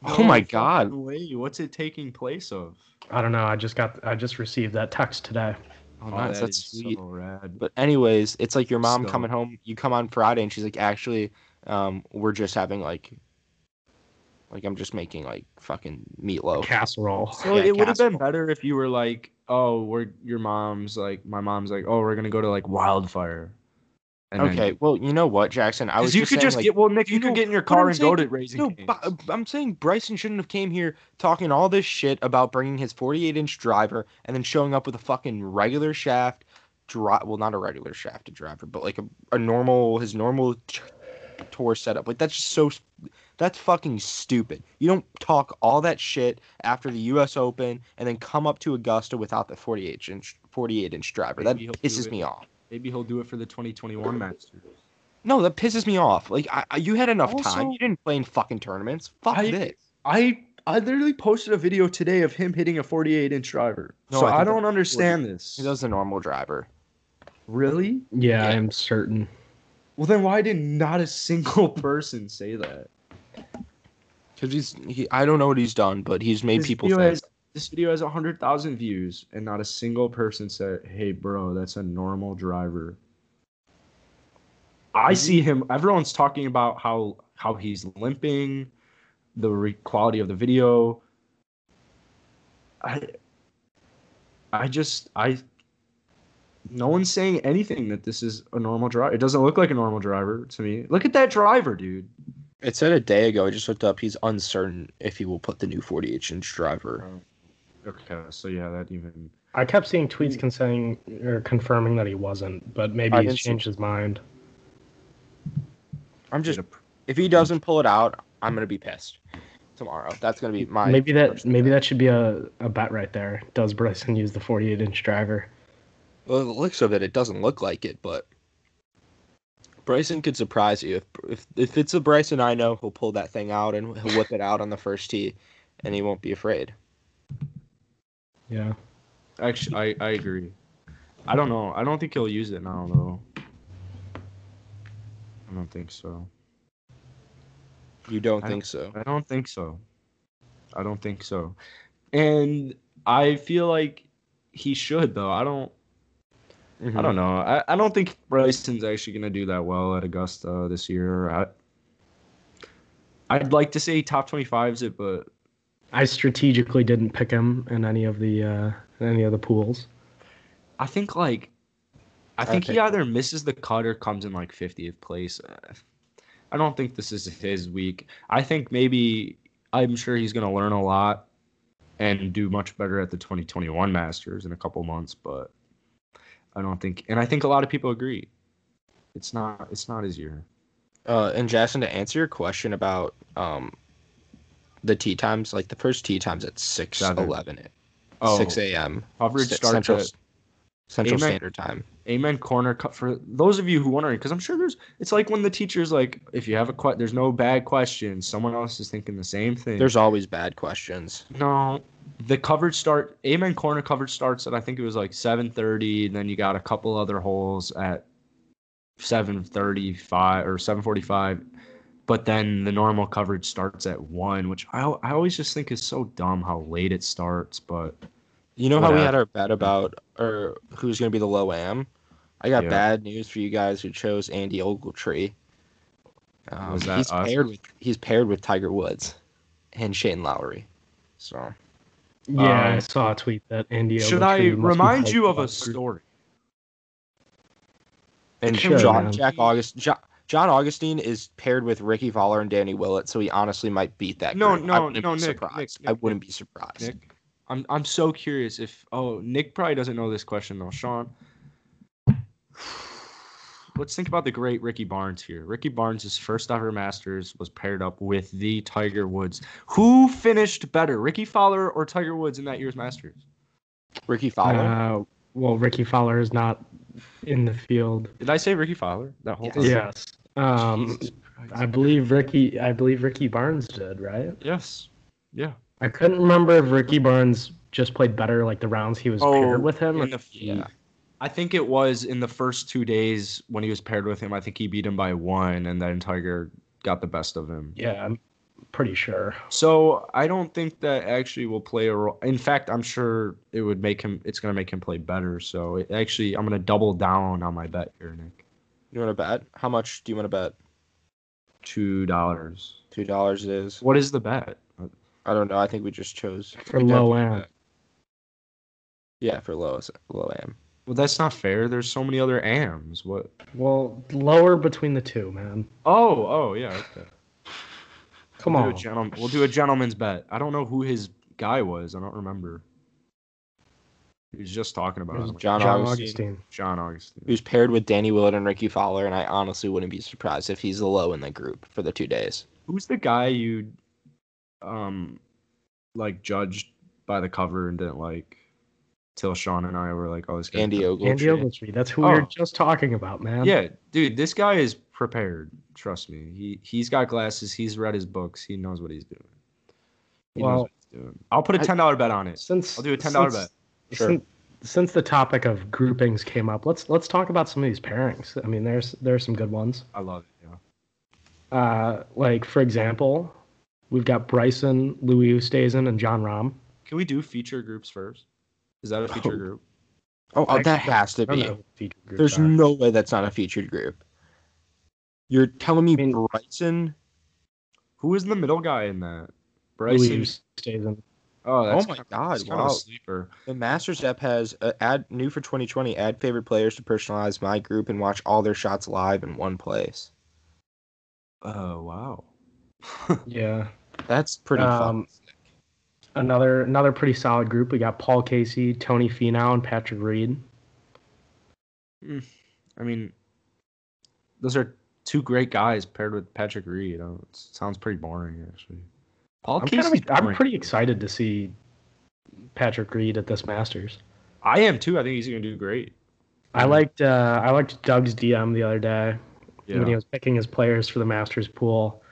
Speaker 11: Oh my
Speaker 10: No
Speaker 11: God.
Speaker 10: fucking Way. What's it taking place of?
Speaker 8: I don't know. I just got I just received that text today.
Speaker 11: Oh, nice.
Speaker 10: that
Speaker 11: That's
Speaker 10: is
Speaker 11: sweet.
Speaker 10: so rad.
Speaker 11: But anyways, it's like your mom
Speaker 10: So-
Speaker 11: coming home. You come on Friday, and she's like, "Actually, um, we're just having like, like I'm just making like fucking meatloaf."
Speaker 8: Casserole.
Speaker 10: So
Speaker 11: Yeah,
Speaker 10: it would have been
Speaker 11: casserole.
Speaker 10: better if you were like, oh, we're your mom's like, my mom's like, oh, we're gonna go to like wildfire. And then-
Speaker 11: Okay, well, you know what, Jackson? I
Speaker 10: 'Cause
Speaker 11: was
Speaker 10: you
Speaker 11: just
Speaker 10: could
Speaker 11: saying,
Speaker 10: just
Speaker 11: like,
Speaker 10: get well, Nick. You,
Speaker 11: you
Speaker 10: could
Speaker 11: know-
Speaker 10: get in your
Speaker 11: but I'm
Speaker 10: car and go
Speaker 11: saying-
Speaker 10: to raising.
Speaker 11: No,
Speaker 10: Cane's.
Speaker 11: but uh, I'm saying Bryson shouldn't have came here talking all this shit about bringing his 48 inch driver and then showing up with a fucking regular shaft, dri- well, not a regular shafted driver, but like a, a normal his normal t- tour setup. Like that's just so s- that's fucking stupid. You don't talk all that shit after the U.S. Open and then come up to Augusta without the 48 inch 48 inch driver. That
Speaker 10: Maybe he'll do
Speaker 11: pisses
Speaker 10: it.
Speaker 11: me off.
Speaker 10: Maybe he'll do it for the 2021 Masters.
Speaker 11: No, that pisses me off. Like I, I, you had enough time.
Speaker 10: Also-
Speaker 11: You didn't play in fucking tournaments. Fuck
Speaker 10: I-
Speaker 11: this.
Speaker 10: I I literally posted a video today of him hitting a 48 inch driver.
Speaker 11: No,
Speaker 10: so
Speaker 11: I think
Speaker 10: I,
Speaker 11: that's
Speaker 10: don't understand this.
Speaker 11: He does a normal driver.
Speaker 10: Really?
Speaker 8: Yeah,
Speaker 11: Yeah.
Speaker 8: I am certain.
Speaker 10: Well, then why did not a single person say that?
Speaker 11: Cause he's he, I don't know what he's done, but he's made
Speaker 10: This
Speaker 11: people
Speaker 10: video
Speaker 11: think.
Speaker 10: has- this video has 100,000 views, and not a single person said, hey, bro, that's a normal driver. I see him. Everyone's talking about how how he's limping, the re- quality of the video. I, I just I. No one's saying anything that this is a normal driver. It doesn't look like a normal driver to me. Look at that driver, dude.
Speaker 11: It said a day ago. I just looked up. He's uncertain if he will put the new 48 inch driver.
Speaker 8: Oh,
Speaker 10: Okay, so yeah, that even
Speaker 8: I kept seeing tweets concerning or confirming that he wasn't, but maybe
Speaker 11: I
Speaker 8: he's
Speaker 11: didn't see-
Speaker 8: changed his mind.
Speaker 11: I'm just if he doesn't pull it out, I'm gonna be pissed tomorrow. That's gonna be my
Speaker 8: maybe that
Speaker 11: first
Speaker 8: maybe
Speaker 11: bet.
Speaker 8: that should be a, a bet right there. Does Bryson use the 48 inch driver?
Speaker 11: Well, the looks of it, it doesn't look like it, but Bryson could surprise you. If if if it's a Bryson I know, he'll pull that thing out and he'll whip it out on the first tee, and he won't be afraid.
Speaker 8: Yeah.
Speaker 10: Actually, I, I agree. I don't know. I don't think he'll use it now, though. I don't think so.
Speaker 11: You don't
Speaker 10: I
Speaker 11: think so?
Speaker 10: I don't think so. I don't think so. And I feel like he should, though. I don't. I don't know. I, I don't think Bryson's actually going to do that well at Augusta this year. I, I'd like to say top 25s it, but
Speaker 8: I strategically didn't pick him in any of the uh, in any of the pools.
Speaker 10: I think like I think he either misses the cut or comes in like 50th place. Uh, I don't think this is his week. I think maybe I'm sure he's going to learn a lot and do much better at the 2021 Masters in a couple months, but I don't think and I think a lot of people agree. It's not it's not his year.
Speaker 11: Uh, and Jackson, to answer your question about um, the tea times, like the first tea times at six
Speaker 10: Seven.
Speaker 11: eleven at
Speaker 10: Oh,
Speaker 11: six a.m.
Speaker 10: coverage
Speaker 11: St-
Speaker 10: starts
Speaker 11: Central
Speaker 10: at
Speaker 11: Central
Speaker 10: Amen.
Speaker 11: Standard Time.
Speaker 10: Amen corner cut for those of you who wondering because I'm sure there's it's like when the teacher's like if you have a que- there's no bad question someone else is thinking the same thing.
Speaker 11: There's always bad questions.
Speaker 10: No, the coverage start. Amen corner coverage starts at I think it was like seven thirty. Then you got a couple other holes at seven thirty five or seven forty five. But then the normal coverage starts at one, which I I always just think is so dumb how late it starts. But
Speaker 11: You know how we
Speaker 10: Whatever.
Speaker 11: had our bet about or who's going to be the low am? I got
Speaker 10: Yeah.
Speaker 11: bad news for you guys who chose Andy Ogletree. Um,
Speaker 10: Was that
Speaker 11: he's
Speaker 10: us?
Speaker 11: paired with he's paired with Tiger Woods and Shane Lowry. So
Speaker 8: Yeah, I
Speaker 10: Um,
Speaker 8: saw a tweet that Andy.
Speaker 10: should
Speaker 8: Ogletree
Speaker 10: I
Speaker 8: must be
Speaker 10: remind
Speaker 8: hyped
Speaker 10: you of a
Speaker 8: about-
Speaker 10: story?
Speaker 11: and
Speaker 8: Sure,
Speaker 11: John
Speaker 8: man.
Speaker 11: Jack August John, John Augustine is paired with Ricky Fowler and Danny Willett, so he honestly might beat that.
Speaker 10: No,
Speaker 11: group. I
Speaker 10: no,
Speaker 11: wouldn't
Speaker 10: no,
Speaker 11: be
Speaker 10: Nick,
Speaker 11: surprised.
Speaker 10: Nick,
Speaker 11: I
Speaker 10: Nick,
Speaker 11: wouldn't be surprised.
Speaker 10: Nick. I'm I'm so curious if oh Nick probably doesn't know this question though. Sean, Let's think about the great Ricky Barnes here. Ricky Barnes' first ever Masters was paired up with the Tiger Woods. Who finished better, Ricky Fowler or Tiger Woods in that year's Masters?
Speaker 11: Ricky Fowler.
Speaker 8: Uh, well, Ricky Fowler is not in the field.
Speaker 10: Did I say Ricky Fowler that whole time?
Speaker 8: Yes. Um, I believe Ricky. I believe Ricky Barnes did right.
Speaker 10: Yes. Yeah.
Speaker 8: I couldn't remember if Ricky Barnes just played better like the rounds he was paired with him. or-
Speaker 10: Oh, in the- yeah. I think it was in the first two days when he was paired with him. I think he beat him by one, and then Tiger got the best of him.
Speaker 8: yeah, I'm pretty sure.
Speaker 10: So I don't think that actually will play a role. In fact, I'm sure it would make him. It's gonna make him play better. So it actually, I'm gonna double down on my bet here, Nick.
Speaker 11: You want to bet? How much do you want to bet?
Speaker 10: Two dollars.
Speaker 11: Two dollars it is.
Speaker 10: What is the bet?
Speaker 11: I don't know. I think we just chose.
Speaker 8: For low end,
Speaker 11: Yeah, for low low am.
Speaker 10: Well, that's not fair. There's so many other AMs. What?
Speaker 8: well, lower between the two, man.
Speaker 10: Oh, oh yeah. Okay.
Speaker 8: Come
Speaker 10: we'll
Speaker 8: on.
Speaker 10: Do a gentleman, we'll do a gentleman's bet. I don't know who his guy was. I don't remember. He was just talking about
Speaker 8: It was
Speaker 10: him.
Speaker 11: John,
Speaker 8: John
Speaker 11: Augustine.
Speaker 8: Augustine.
Speaker 10: John Augustine.
Speaker 11: Who's paired with Danny Willard and Ricky Fowler, and I honestly wouldn't be surprised if he's the low in the group for the two days.
Speaker 10: Who's the guy you, um, like judged by the cover and didn't like? Till Sean and I were like, "Oh, this guy."
Speaker 11: Andy Ogletree.
Speaker 8: Andy Ogletree. That's who we
Speaker 10: Oh.
Speaker 8: were just talking about, man.
Speaker 10: Yeah, dude, this guy is prepared. Trust me. He he's got glasses. He's read his books. He knows what he's doing. He knows
Speaker 8: Well-
Speaker 10: what he's doing. I'll put a ten dollar bet on it.
Speaker 8: Since
Speaker 10: I'll do a ten dollar
Speaker 8: since-
Speaker 10: bet.
Speaker 11: Sure.
Speaker 8: Since, since the topic of groupings came up, let's let's talk about some of these pairings. I mean, there's there's some good ones.
Speaker 10: I love it. Yeah.
Speaker 8: Uh, like for example, we've got Bryson, Louis Oosthuizen, and John Rahm.
Speaker 10: Can we do feature groups first? Is that a feature
Speaker 11: Oh.
Speaker 10: group?
Speaker 11: Oh, oh, that
Speaker 8: Actually,
Speaker 11: has to
Speaker 8: I don't
Speaker 11: be.
Speaker 8: know who featured groups
Speaker 11: There's
Speaker 8: are.
Speaker 11: no way that's not a featured group. You're telling me
Speaker 8: I mean-
Speaker 11: Bryson?
Speaker 10: Who is the middle guy in that? Bryson.
Speaker 8: Louis Oosthuizen.
Speaker 10: Oh, that's
Speaker 11: oh my
Speaker 10: kind of-
Speaker 11: God!
Speaker 10: that's kind of
Speaker 11: Wow.
Speaker 10: a sleeper.
Speaker 11: The Masters app has uh, add new for 2020. Add favorite players to personalize my group and watch all their shots live in one place.
Speaker 10: Oh wow.
Speaker 8: Yeah.
Speaker 11: That's pretty
Speaker 8: Um, Another another pretty solid group. We got Paul Casey, Tony Finau, and Patrick Reed.
Speaker 10: I mean, those are two great guys paired with Patrick Reed. Oh, it sounds pretty boring actually. Paul
Speaker 8: I'm, kind of,
Speaker 10: Casey's
Speaker 8: I'm
Speaker 10: boring.
Speaker 8: pretty excited to see Patrick Reed at this Masters.
Speaker 10: I am too. I think he's gonna do great.
Speaker 8: I
Speaker 10: Mm-hmm.
Speaker 8: liked uh, I liked Doug's DM the other day
Speaker 10: Yeah.
Speaker 8: when he was picking his players for the Masters pool,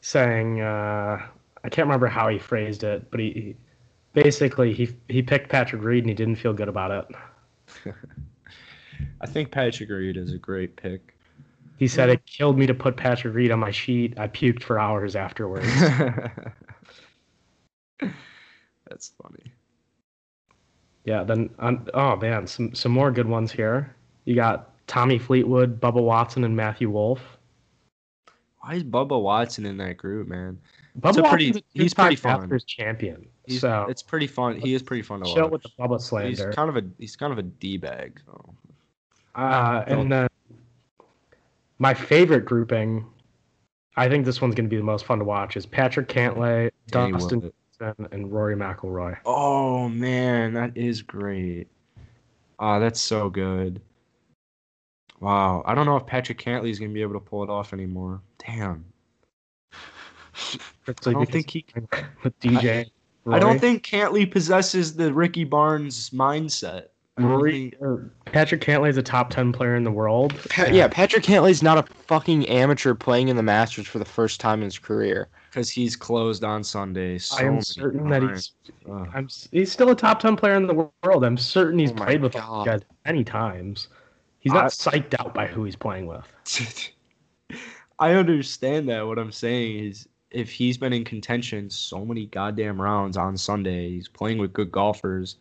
Speaker 8: saying uh, I can't remember how he phrased it, but he, he basically he he picked Patrick Reed and he didn't feel good about it.
Speaker 10: I think Patrick Reed is a great pick.
Speaker 8: He said it killed me to put Patrick Reed on my sheet. I puked for hours afterwards.
Speaker 10: that's funny.
Speaker 8: yeah. Then um, oh man, some some more good ones here. You got Tommy Fleetwood, Bubba Watson, and Matthew Wolf.
Speaker 10: Why is Bubba Watson in that group, man?
Speaker 8: Bubba
Speaker 10: a pretty-
Speaker 8: Watson's a
Speaker 10: he's pretty
Speaker 8: two-time
Speaker 10: fun.
Speaker 8: Masters champion.
Speaker 10: He's,
Speaker 8: so
Speaker 10: it's pretty fun. He is pretty fun to
Speaker 8: chill
Speaker 10: watch.
Speaker 8: with the Bubba slander.
Speaker 10: he's kind of a he's kind of a d bag. So.
Speaker 8: Uh, and uh, my favorite grouping, I think this one's going to be the most fun to watch, is Patrick Cantlay,
Speaker 10: Danny
Speaker 8: Dustin
Speaker 10: Willett.
Speaker 8: Johnson, and Rory McIlroy.
Speaker 10: Oh man, that is great. Ah, that's so good. Wow, I don't know if Patrick Cantley's gonna be able to pull it off anymore. Damn, I don't think he.
Speaker 8: with DJ.
Speaker 10: I
Speaker 8: Rory.
Speaker 10: don't think Cantley possesses the Ricky Barnes mindset. I don't
Speaker 8: Rory
Speaker 10: think-
Speaker 8: or Patrick Cantlay is a top ten player in the world.
Speaker 11: fun. Pa- yeah, Patrick Cantley's not a fucking amateur playing in the Masters for the first time in his career.
Speaker 10: because he's closed on Sundays. So
Speaker 8: I am
Speaker 10: many
Speaker 8: certain that he's
Speaker 10: times. Ugh.
Speaker 8: I'm, s- he's still a top ten player in the world. I'm certain he's
Speaker 11: Oh my
Speaker 8: played with all
Speaker 11: God.
Speaker 8: these guys many times. He's not
Speaker 10: I-
Speaker 8: psyched out by who he's playing with.
Speaker 10: I understand that. What I'm saying is, if he's been in contention so many goddamn rounds on Sunday, he's playing with good golfers.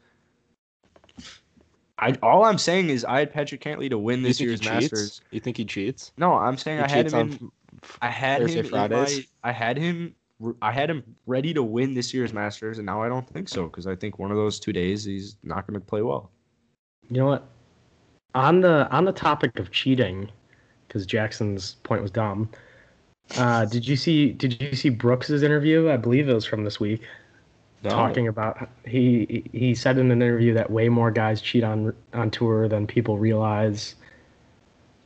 Speaker 10: I all I'm saying is, I had Patrick Cantley to win
Speaker 11: You
Speaker 10: this
Speaker 11: think he
Speaker 10: year's
Speaker 11: cheats?
Speaker 10: Masters.
Speaker 11: You think he cheats?
Speaker 10: No, I'm saying
Speaker 11: He
Speaker 10: I had
Speaker 11: cheats
Speaker 10: him. In,
Speaker 11: on f-
Speaker 10: I had
Speaker 11: Thursday,
Speaker 10: him. in
Speaker 11: Fridays?
Speaker 10: my- I had him. I had him ready to win this year's Masters, and now I don't think so because I think one of those two days he's not going to play well.
Speaker 8: You know what? On the on the topic of cheating, because Jackson's point was dumb. Uh, did you see? Did you see Brooks's interview? I believe it was from this week.
Speaker 11: No.
Speaker 8: talking about he he said in an interview that way more guys cheat on on tour than people realize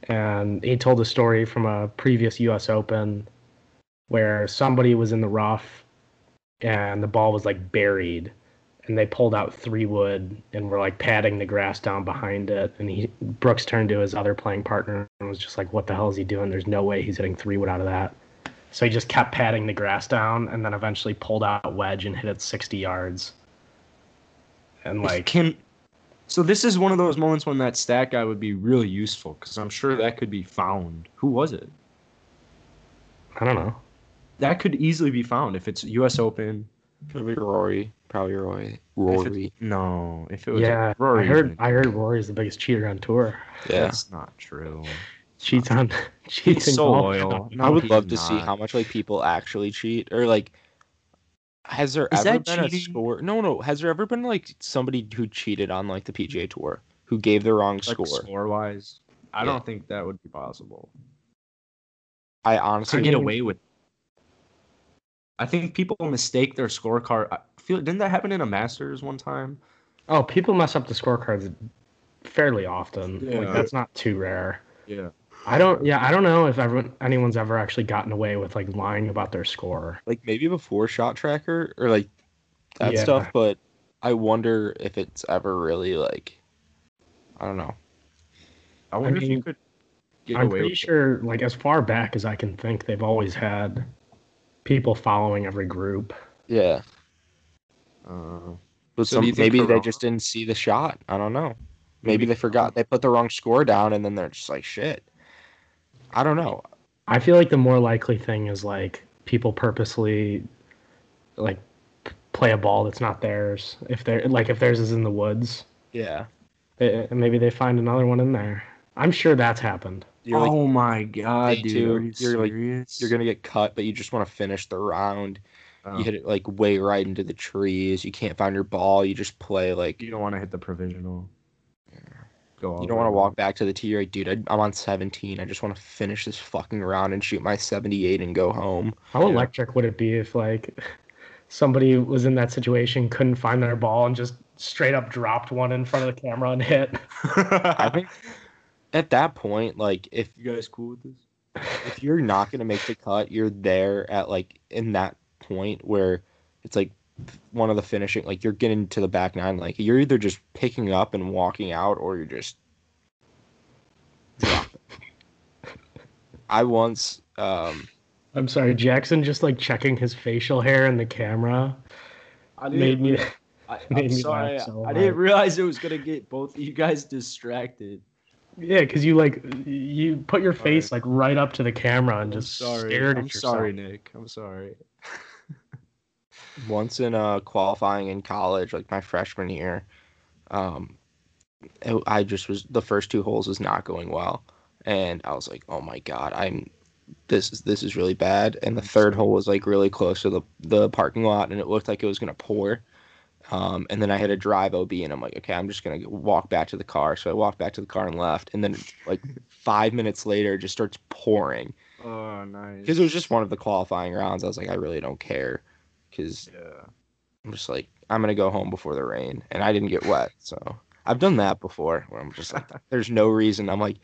Speaker 8: and he told a story from a previous US Open where somebody was in the rough and the ball was like buried and they pulled out three wood and were like patting the grass down behind it and he Brooks turned to his other playing partner and was just like what the hell is he doing there's no way he's hitting three wood out of that so he just kept patting the grass down and then eventually pulled out a wedge and hit it 60 yards and like
Speaker 11: Can so this is one of those moments when that stat guy would be really useful because I'm sure that could be found. Who was it?
Speaker 8: I don't know
Speaker 11: That could easily be found if it's U.S. Open. Could be Rory, probably Roy.
Speaker 10: it's-
Speaker 11: Rory. No, if it was
Speaker 8: yeah,
Speaker 11: Rory,
Speaker 8: I heard.
Speaker 11: wouldn't-
Speaker 8: I heard Rory is the biggest cheater on tour.
Speaker 11: Yeah.
Speaker 10: That's not true.
Speaker 8: Cheats on. Cheats
Speaker 10: He's
Speaker 8: in
Speaker 10: so
Speaker 8: golf.
Speaker 10: loyal. No,
Speaker 11: I would
Speaker 10: he's
Speaker 11: love to see
Speaker 10: not.
Speaker 11: how much like people actually cheat or like. Has there
Speaker 10: Is
Speaker 11: ever
Speaker 10: that
Speaker 11: been a
Speaker 10: cheating?
Speaker 11: score? No, no. Has there ever been like somebody who cheated on like the PGA Tour who gave the wrong
Speaker 10: Like
Speaker 11: score?
Speaker 10: score wise, I
Speaker 11: Yeah.
Speaker 10: don't think that would be possible.
Speaker 11: I
Speaker 10: to
Speaker 11: honestly
Speaker 10: get away with. I think people mistake their scorecard. I feel didn't that happen in a Masters one time?
Speaker 8: Oh, people mess up the scorecards fairly often. Like
Speaker 10: Yeah.
Speaker 8: that's not too rare.
Speaker 10: Yeah.
Speaker 8: I don't. Yeah, I don't know if everyone, anyone's ever actually gotten away with like lying about their score.
Speaker 11: like maybe before Shot Tracker or like that
Speaker 8: Yeah.
Speaker 11: stuff, but I wonder if it's ever really like I don't know.
Speaker 10: I wonder if
Speaker 8: mean,
Speaker 10: you could get
Speaker 8: I'm
Speaker 10: away
Speaker 8: pretty
Speaker 10: with
Speaker 8: sure, like as far back as I can think, they've always had people following every group.
Speaker 11: Yeah,
Speaker 10: it. Uh,
Speaker 11: but
Speaker 10: So do
Speaker 11: some
Speaker 10: you think
Speaker 11: maybe they
Speaker 10: Corona-
Speaker 11: just didn't see the shot. I don't know. Maybe they forgot they put the wrong score down, and then they're just like shit. I don't know.
Speaker 8: I feel like the more likely thing is like people purposely like p- play a ball that's not theirs. If they're like if theirs is in the woods,
Speaker 11: Yeah,
Speaker 8: eh, eh, maybe they find another one in there. I'm sure that's happened.
Speaker 11: you're like
Speaker 10: oh my god,
Speaker 11: Day
Speaker 10: dude!
Speaker 11: two,
Speaker 10: Are you
Speaker 11: you're like-
Speaker 10: serious?
Speaker 11: you're gonna get cut, but you just want to finish the round.
Speaker 10: Oh,
Speaker 11: You hit it like way right into the trees. You can't find your ball. You just play like
Speaker 10: you don't want to hit the provisional. Go all
Speaker 11: You
Speaker 10: the
Speaker 11: don't want to
Speaker 10: way.
Speaker 11: walk back to the tee, right, dude? I, I'm on 17. I just want to finish this fucking round and shoot my 78 and go home.
Speaker 8: How electric would it be if like somebody was in that situation, couldn't find their ball, and just straight up dropped one in front of the camera and hit?
Speaker 11: I think at that point, like if
Speaker 10: You guys cool with this?
Speaker 11: if you're not gonna make the cut, you're there at like in that point where it's like one of the finishing. Like you're getting to the back nine. Like you're either just picking up and walking out, or you're just. dropping. I once. um
Speaker 8: I'm sorry, Jackson. Just like checking his facial hair in the camera
Speaker 10: I
Speaker 8: made me.
Speaker 10: I,
Speaker 8: made me laugh so
Speaker 10: I
Speaker 8: hard.
Speaker 10: didn't realize it was gonna get both of you guys distracted.
Speaker 8: Yeah, because you like you put your face like right up to the camera and
Speaker 10: I'm
Speaker 8: just
Speaker 10: sorry.
Speaker 8: stared at
Speaker 10: I'm
Speaker 8: yourself.
Speaker 10: sorry, Nick. I'm sorry.
Speaker 11: once in uh qualifying in college like my freshman year um it- i just was the first two holes was not going well and i was like oh my god i'm this is this is really bad and the third hole was like really close to the the parking lot and it looked like it was going to pour um, and then I had a drive OB, and I'm like, okay, I'm just gonna walk back to the car. So I walked back to the car and left. And then, like five minutes later, it just starts pouring
Speaker 10: Oh, nice.
Speaker 11: because it was just one of the qualifying rounds. I was like, I really don't care, because
Speaker 10: Yeah.
Speaker 11: I'm just like, I'm gonna go home before the rain, and I didn't get wet, so I've done that before. Where I'm just like, there's no reason. I'm like,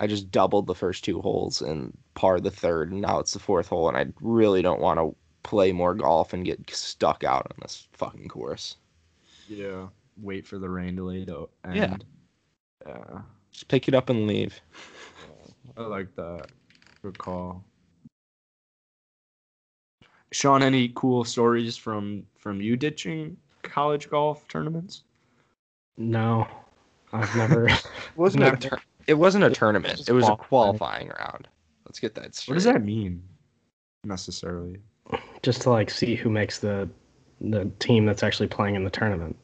Speaker 11: I just doubled the first two holes and par the third, and now it's the fourth hole, and I really don't want to play more golf and get stuck out on this fucking course.
Speaker 10: Yeah. Wait for the rain delay to end.
Speaker 11: Yeah.
Speaker 10: Yeah.
Speaker 11: Just pick it up and leave.
Speaker 10: I like that. Good call. Sean, any cool stories from from you ditching college golf tournaments?
Speaker 8: No, I've never.
Speaker 11: It wasn't
Speaker 8: Never.
Speaker 11: a tur- it wasn't a tournament.
Speaker 8: just
Speaker 11: It was a
Speaker 8: qualifying.
Speaker 11: qualifying round. Let's get that straight.
Speaker 10: What does that mean? Necessarily.
Speaker 8: just to like see who makes the the team that's actually playing in the tournament.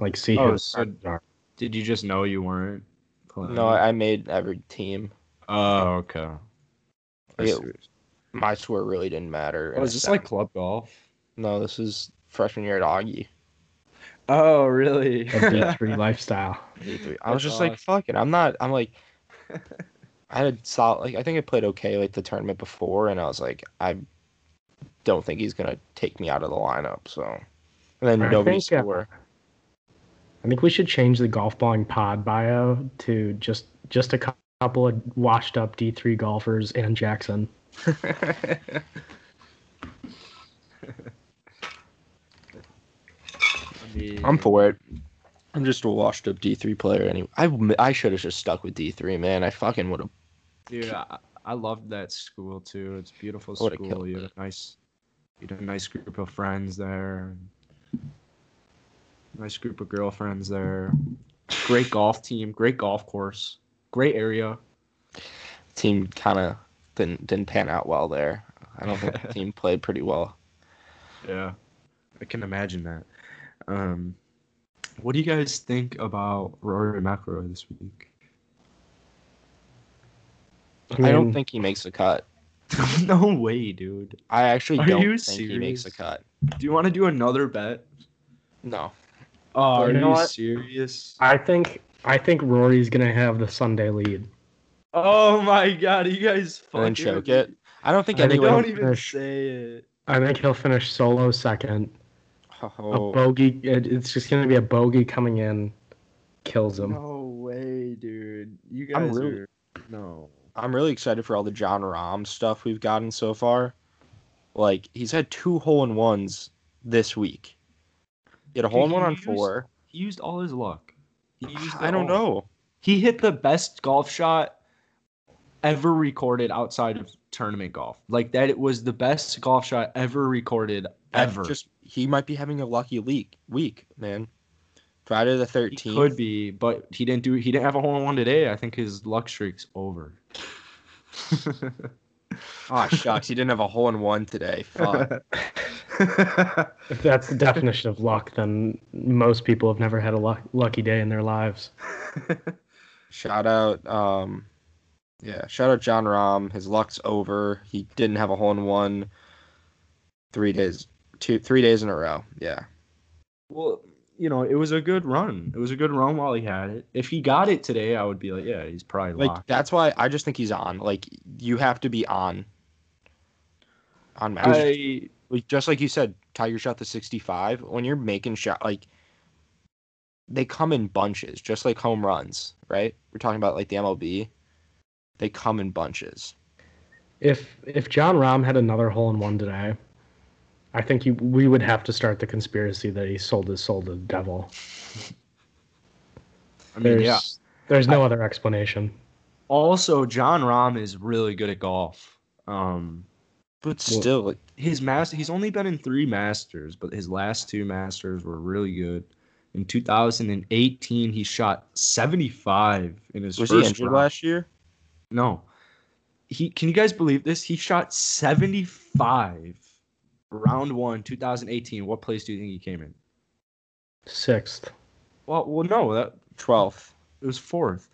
Speaker 8: Like see
Speaker 10: Oh,
Speaker 8: who.
Speaker 10: so-
Speaker 8: are.
Speaker 10: Did you just know you weren't playing?
Speaker 11: No, I I made every team.
Speaker 10: Oh, okay.
Speaker 11: It- my score really didn't matter.
Speaker 10: Oh, is this like club golf?
Speaker 11: No, this is freshman year at Augie.
Speaker 10: Oh, really?
Speaker 8: A D3 lifestyle.
Speaker 11: E3. I was
Speaker 10: That's
Speaker 11: just like,
Speaker 10: awesome.
Speaker 11: fuck it. I'm not. I'm like, I had solid. Like, I think I played okay like the tournament before, and I was like, I don't think he's gonna take me out of the lineup. So And then
Speaker 8: I
Speaker 11: nobody
Speaker 8: think, uh,
Speaker 11: score.
Speaker 8: I think we should change the golf balling pod bio to just just a cou- couple of washed up D three golfers and Jackson.
Speaker 11: I'm for it. I'm just a washed up D3 player anyway. I, I should have just stuck with D3, man. I fucking would have.
Speaker 10: Dude, I, I loved that school too. It's a beautiful
Speaker 11: What a
Speaker 10: school.
Speaker 11: killer.
Speaker 10: You had a nice, you had a nice group of friends there. and Nice group of girlfriends there. Great golf team. Great golf course. Great area.
Speaker 11: Team kind of didn't, didn't pan out well there. I don't think the team played pretty well.
Speaker 10: Yeah, I can imagine that. Um, what do you guys think about Rory McIlroy this week?
Speaker 11: I don't
Speaker 8: mean-
Speaker 11: think he makes the cut.
Speaker 10: no way, dude.
Speaker 11: I actually
Speaker 10: Are
Speaker 11: don't
Speaker 10: you
Speaker 11: think he makes the
Speaker 10: serious?
Speaker 11: cut.
Speaker 10: Do you want to do another bet?
Speaker 11: No.
Speaker 10: Oh, are
Speaker 8: You know
Speaker 10: you
Speaker 8: what?
Speaker 10: serious?
Speaker 8: I think I think Rory's gonna have the Sunday lead.
Speaker 10: Oh my god, you guys
Speaker 11: And
Speaker 10: fucking
Speaker 11: then choke it. I don't think
Speaker 8: I think
Speaker 11: anyone.
Speaker 10: Don't
Speaker 8: Don't
Speaker 10: even
Speaker 8: finish.
Speaker 10: say it.
Speaker 8: I think he'll finish solo second. A
Speaker 11: Oh,
Speaker 8: bogey. It, it's just gonna be a bogey coming in, kills him.
Speaker 10: No way, dude. You guys
Speaker 11: I'm really-
Speaker 10: are no.
Speaker 11: I'm really excited for all the John Rahm stuff we've gotten so far. Like he's had two hole in ones this week. He had a
Speaker 10: Dude,
Speaker 11: hole in one
Speaker 10: he
Speaker 11: on
Speaker 10: used-
Speaker 11: four.
Speaker 10: He used all his luck. He used
Speaker 11: I
Speaker 10: it
Speaker 11: don't
Speaker 10: all.
Speaker 11: know.
Speaker 10: He hit the best golf shot ever recorded outside of tournament golf. Like that it was the best golf shot ever recorded
Speaker 11: That
Speaker 10: ever.
Speaker 11: Just he might be having a lucky leak week, man. Friday the
Speaker 10: he
Speaker 11: thirteenth.
Speaker 10: could be, but he didn't do he didn't have a hole in one today. I think his luck streak's over.
Speaker 11: Oh shucks, he didn't have a hole in one today. Fuck.
Speaker 8: If that's the definition of luck, then most people have never had a luck, lucky day in their lives.
Speaker 11: shout out, um, yeah, shout out John Rahm. His luck's over. He didn't have a hole in one. Three days, two, three days in a row. Yeah.
Speaker 10: Well, you know, it was a good run. It was a good run while he had it. If he got it today, I would be like, yeah, he's probably
Speaker 11: like
Speaker 10: locked.
Speaker 11: that's why I just think he's on. Like you have to be on. On match,
Speaker 10: I
Speaker 11: like, just like you said, Tiger shot the sixty-five. When you're making shot, like they come in bunches, just like home runs, right? We're talking about like the MLB. They come in bunches.
Speaker 8: If if John Rahm had another hole in one today, I think you, we would have to start the conspiracy that he sold his soul to the devil.
Speaker 10: I mean,
Speaker 8: There's
Speaker 10: yeah.
Speaker 8: there's no other explanation.
Speaker 10: Also, John Rahm is really good at golf. Um,
Speaker 11: But still, like,
Speaker 10: his master, he's only been in three Masters, but his last two Masters were really good. In 2018, he shot 75 in his
Speaker 11: was he
Speaker 10: first
Speaker 11: injured
Speaker 10: round.
Speaker 11: last year?
Speaker 10: No, he. Can you guys believe this? He shot 75 round one, 2018. What place do you think he came in?
Speaker 8: Sixth.
Speaker 10: Well, well, no, that
Speaker 11: Twelfth.
Speaker 10: it was fourth.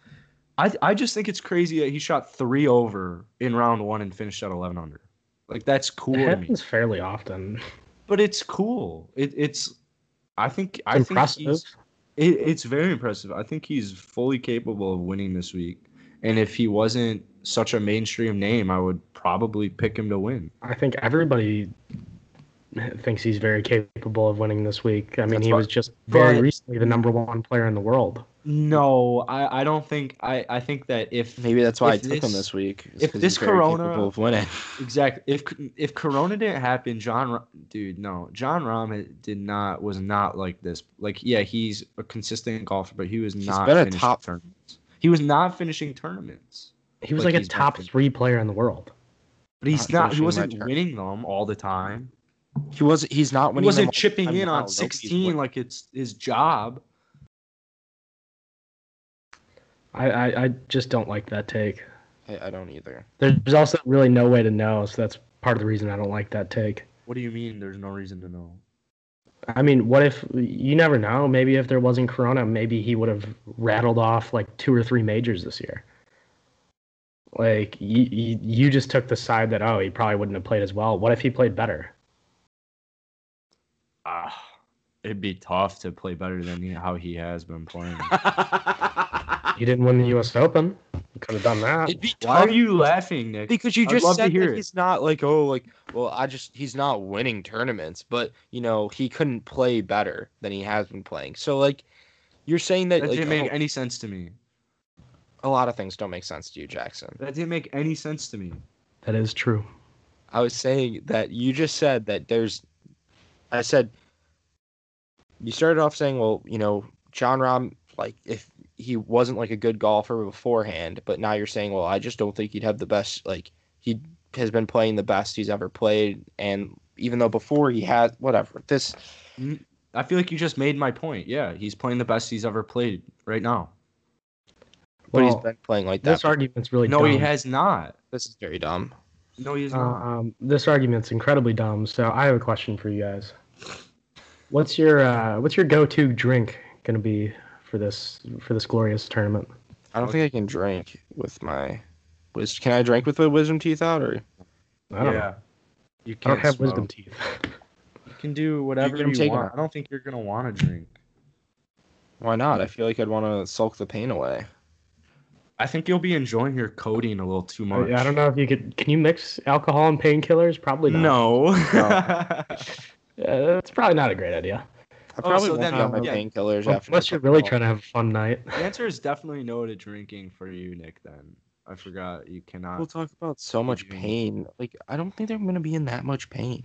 Speaker 10: I I just think it's crazy that he shot three over in round one and finished at eleven under. Like that's cool
Speaker 8: it
Speaker 10: to me.
Speaker 8: happens fairly often.
Speaker 10: But it's cool. It, it's I think I
Speaker 8: Impressive.
Speaker 10: think he's, it, it's very impressive. I think he's fully capable of winning this week. And if he wasn't such a mainstream name, I would probably pick him to win.
Speaker 8: I think everybody thinks he's very capable of winning this week. I mean,
Speaker 11: That's
Speaker 8: he
Speaker 11: right.
Speaker 8: was just very
Speaker 10: But-
Speaker 8: recently the number one player in the world.
Speaker 10: No, I, I don't think I, I think that if
Speaker 11: Maybe that's why
Speaker 10: If
Speaker 11: I took him
Speaker 10: this-
Speaker 11: this week. is
Speaker 10: if
Speaker 11: 'cause
Speaker 10: this
Speaker 11: he's very
Speaker 10: corona-
Speaker 11: capable of winning.
Speaker 10: Exactly. If if Corona didn't happen, John, Ra- dude, no, John Rahm had- did not was not like this. Like, yeah, he's a consistent golfer, but he was
Speaker 11: He's
Speaker 10: not.
Speaker 11: been a
Speaker 10: finishing
Speaker 11: top-
Speaker 10: tournaments. He was not finishing tournaments,
Speaker 8: He was
Speaker 10: Like,
Speaker 8: like, a
Speaker 10: he's
Speaker 8: top
Speaker 10: definitely-
Speaker 8: three player in the world.
Speaker 10: but he's
Speaker 11: Not
Speaker 10: not. he
Speaker 11: finishing my
Speaker 10: wasn't
Speaker 11: tour-
Speaker 10: winning them all the time.
Speaker 11: He was. He's not winning.
Speaker 10: He
Speaker 11: them all
Speaker 10: wasn't
Speaker 11: the
Speaker 10: chipping
Speaker 11: time
Speaker 10: in
Speaker 11: now.
Speaker 10: on
Speaker 11: Nobody's
Speaker 10: sixteen
Speaker 11: winning.
Speaker 10: like it's his job.
Speaker 8: I, I, I just don't like that take.
Speaker 11: I, I don't either.
Speaker 8: There's also really no way to know, so that's part of the reason I don't like that take.
Speaker 10: What do you mean? There's no reason to know.
Speaker 8: I mean, what if you never know? Maybe if there wasn't Corona, maybe he would have rattled off like two or three majors this year. Like you, you, you just took the side that oh, he probably wouldn't have played as well. What if he played better?
Speaker 10: Ah, it'd be tough to play better than he- how he has been playing.
Speaker 8: He didn't win the U.S. Open. Could have done that.
Speaker 11: It'd be
Speaker 10: Why
Speaker 11: tough
Speaker 10: are you laughing, Nick?
Speaker 11: because you
Speaker 10: I'd
Speaker 11: just
Speaker 10: love to
Speaker 11: said
Speaker 10: hear
Speaker 11: that
Speaker 10: it.
Speaker 11: he's not like oh like well I just he's not winning tournaments, but you know he couldn't play better than he has been playing. So like you're saying that
Speaker 10: That
Speaker 11: like
Speaker 10: didn't make
Speaker 11: oh,
Speaker 10: any sense to me.
Speaker 11: a lot of things don't make sense to you, Jackson.
Speaker 10: That didn't make any sense to me.
Speaker 8: That is true.
Speaker 11: I was saying that you just said that there's. I said. You started off saying, well, you know, John Rahm, like, if he wasn't like a good golfer beforehand, but now you're saying, well, I just don't think he'd have the best. Like, he has been playing the best he's ever played. And even though before he had, whatever, this.
Speaker 10: I feel like you just made my point. Yeah, he's playing the best he's ever played right now.
Speaker 11: But he's
Speaker 8: Well,
Speaker 11: been playing like that.
Speaker 8: This argument's really
Speaker 10: no, he
Speaker 8: dumb.
Speaker 10: has not.
Speaker 11: this is very dumb.
Speaker 10: No, he has
Speaker 8: Uh,
Speaker 10: not.
Speaker 8: um, this argument's incredibly dumb. So I have a question for you guys. What's your uh, what's your go-to drink going to be for this for this glorious tournament?
Speaker 11: I don't think I can drink with my. Wis- Can I drink with my wisdom teeth out or?
Speaker 8: I don't, know.
Speaker 10: yeah. You
Speaker 8: I
Speaker 10: can't
Speaker 8: don't have
Speaker 10: smoke.
Speaker 8: wisdom teeth.
Speaker 10: You can do whatever
Speaker 11: can
Speaker 10: you,
Speaker 11: take 'em
Speaker 10: want.
Speaker 11: out.
Speaker 10: I don't think you're gonna want to drink.
Speaker 11: Why not? I feel like I'd want to sulk the pain away.
Speaker 10: I think you'll be enjoying your codeine a little too much.
Speaker 8: Uh, I, I don't know if you could. Can you mix alcohol and painkillers? Probably not.
Speaker 10: No.
Speaker 8: uh, it's probably not a great idea.
Speaker 11: I
Speaker 10: Oh,
Speaker 11: probably
Speaker 10: so
Speaker 11: won't
Speaker 10: then,
Speaker 11: be on my
Speaker 10: yeah.
Speaker 11: painkillers after.
Speaker 8: Unless
Speaker 11: this
Speaker 8: you're really
Speaker 11: call.
Speaker 8: trying to have a fun night.
Speaker 10: the answer is definitely no to drinking for you, Nick. Then I forgot you cannot.
Speaker 11: People talk about so much
Speaker 10: doing-
Speaker 11: pain. Like I don't think they're gonna be in that much pain.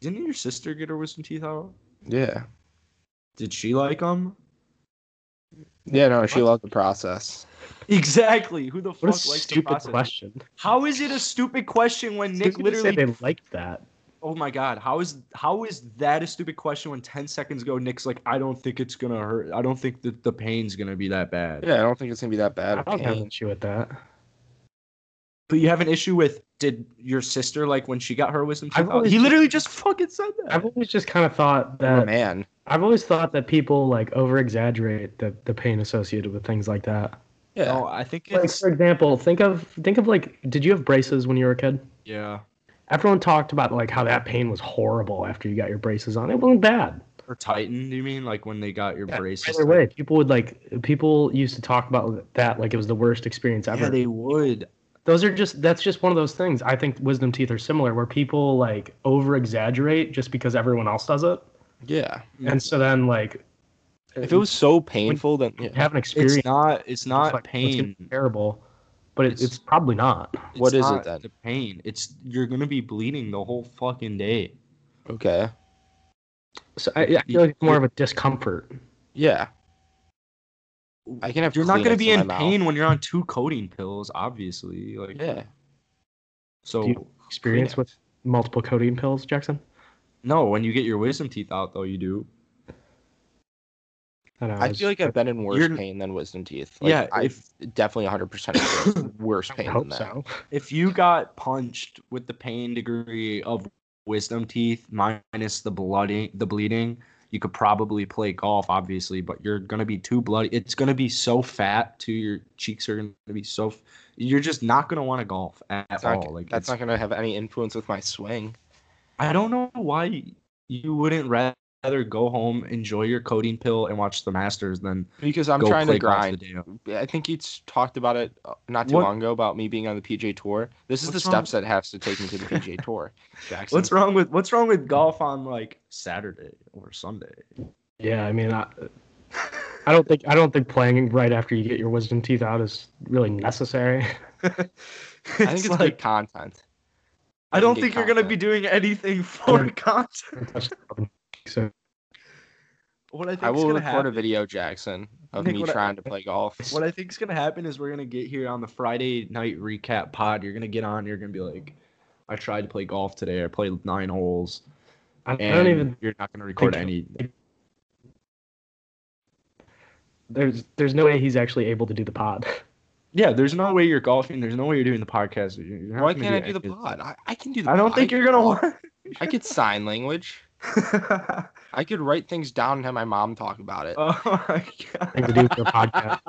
Speaker 10: Didn't your sister get her wisdom teeth out?
Speaker 11: Yeah.
Speaker 10: Did she like them?
Speaker 11: Yeah. No, she loved the process.
Speaker 10: Exactly. Who the
Speaker 8: What
Speaker 10: fuck
Speaker 8: a
Speaker 10: likes the
Speaker 8: stupid
Speaker 10: process?
Speaker 8: question.
Speaker 10: How is it a stupid question when Nick
Speaker 8: Stupid to say
Speaker 10: literally?
Speaker 8: they liked that.
Speaker 10: Oh my god. How is how is that a stupid question when ten seconds ago Nick's like, I don't think it's gonna hurt. I don't think that the pain's gonna be that bad.
Speaker 11: Yeah, I don't think it's gonna be that bad.
Speaker 8: I
Speaker 11: of
Speaker 8: don't have an
Speaker 11: pain.
Speaker 8: issue with that.
Speaker 10: But you have an issue with did your sister like when she got her wisdom
Speaker 8: I've
Speaker 10: teeth out?
Speaker 8: always-
Speaker 10: He literally just fucking said that.
Speaker 8: I've always just kind of thought
Speaker 11: I'm a
Speaker 8: that.
Speaker 11: man.
Speaker 8: I've always thought that people like over exaggerate the, the pain associated with things like that.
Speaker 11: Yeah.
Speaker 10: No, Oh, I think
Speaker 8: Like
Speaker 10: it's
Speaker 8: for example, think of think of like did you have braces when you were a kid?
Speaker 10: yeah.
Speaker 8: Everyone talked about like how that pain was horrible after you got your braces on. It wasn't bad.
Speaker 10: Or Titan, do you mean like when they got your braces?
Speaker 8: Either way, people would like people used to talk about that like it was the worst experience ever.
Speaker 10: Yeah, they would.
Speaker 8: those are just that's just one of those things. I think wisdom teeth are similar where people like over exaggerate just because everyone else does it.
Speaker 11: Yeah.
Speaker 8: And so then like
Speaker 11: If it was so painful, then yeah.
Speaker 8: have an experience
Speaker 10: It's not. It's not
Speaker 8: like, it's gonna
Speaker 10: pain.
Speaker 8: be terrible, but it,
Speaker 10: It's-
Speaker 8: it's probably not.
Speaker 10: It's
Speaker 11: What is it
Speaker 10: not
Speaker 11: then?
Speaker 10: The pain. It's you're gonna be bleeding the whole fucking day.
Speaker 11: Okay.
Speaker 8: So I, I feel like it's more of a discomfort.
Speaker 11: Yeah. I can have.
Speaker 10: You're not gonna
Speaker 11: Kleenex
Speaker 10: be in
Speaker 11: my mouth.
Speaker 10: pain when you're on two codeine pills, obviously. Like
Speaker 11: Yeah.
Speaker 10: So
Speaker 8: Do you experience with multiple codeine pills, Jackson?
Speaker 10: no, when you get your wisdom teeth out, though, you do.
Speaker 8: I, don't know,
Speaker 11: I feel like I've been in worse
Speaker 10: You're-
Speaker 11: pain than wisdom teeth. Like,
Speaker 10: Yeah,
Speaker 11: I
Speaker 10: if-
Speaker 11: definitely 100 percent worse
Speaker 8: I
Speaker 11: pain than
Speaker 8: hope
Speaker 11: that.
Speaker 8: so.
Speaker 10: If you got punched with the pain degree of wisdom teeth minus the blooding, the bleeding, you could probably play golf, obviously, but you're gonna be too bloody. It's gonna be so fat, too. Your cheeks are gonna be so. F- you're just not gonna want to golf at
Speaker 11: That's
Speaker 10: all.
Speaker 11: not,
Speaker 10: like
Speaker 11: that's
Speaker 10: it's-
Speaker 11: not gonna have any influence with my swing.
Speaker 10: I don't know why you wouldn't ra- rather go home, enjoy your codeine pill, and watch the Masters than
Speaker 11: Because I'm
Speaker 10: go
Speaker 11: trying
Speaker 10: play
Speaker 11: to
Speaker 10: golf the
Speaker 11: grind.
Speaker 10: day of.
Speaker 11: I think you s- talked about it uh, not too
Speaker 10: What-
Speaker 11: long ago about me being on the PJ Tour. This is
Speaker 10: What's
Speaker 11: the
Speaker 10: wrong
Speaker 11: steps that has to take me to the PJ Tour. Jackson.
Speaker 10: What's wrong with What's wrong with golf on like Saturday or Sunday?
Speaker 8: Yeah, I mean, I, I don't think I don't think playing right after you get your wisdom teeth out is really necessary.
Speaker 11: I think it's
Speaker 10: like
Speaker 11: good content.
Speaker 10: I don't
Speaker 11: get
Speaker 10: think you're gonna be
Speaker 11: content.
Speaker 10: doing anything for
Speaker 8: Yeah.
Speaker 10: content.
Speaker 8: so
Speaker 10: What I think
Speaker 11: I will
Speaker 10: gonna
Speaker 11: record
Speaker 10: happen,
Speaker 11: a video, Jackson, of
Speaker 10: Nick,
Speaker 11: me
Speaker 10: what I-
Speaker 11: trying to play golf.
Speaker 10: What I think's gonna happen is we're gonna get here on the Friday night recap pod. You're gonna get on. You're gonna be like, I tried to play golf today. I played nine holes.
Speaker 8: I, I
Speaker 10: And
Speaker 8: don't even
Speaker 10: You're not gonna record
Speaker 8: think-
Speaker 10: any.
Speaker 8: there's there's no way he's actually able to do the pod.
Speaker 10: Yeah, there's no way you're golfing. There's no way you're doing the podcast. You're not
Speaker 11: Why
Speaker 10: gonna
Speaker 11: can't I do the
Speaker 10: any-
Speaker 11: pod? I, I can do the
Speaker 10: I don't
Speaker 11: pod.
Speaker 10: think you're gonna want.
Speaker 11: I could sign language. I could write things down and have my mom talk about it.
Speaker 10: oh my god.
Speaker 8: Thing to do for a podcast.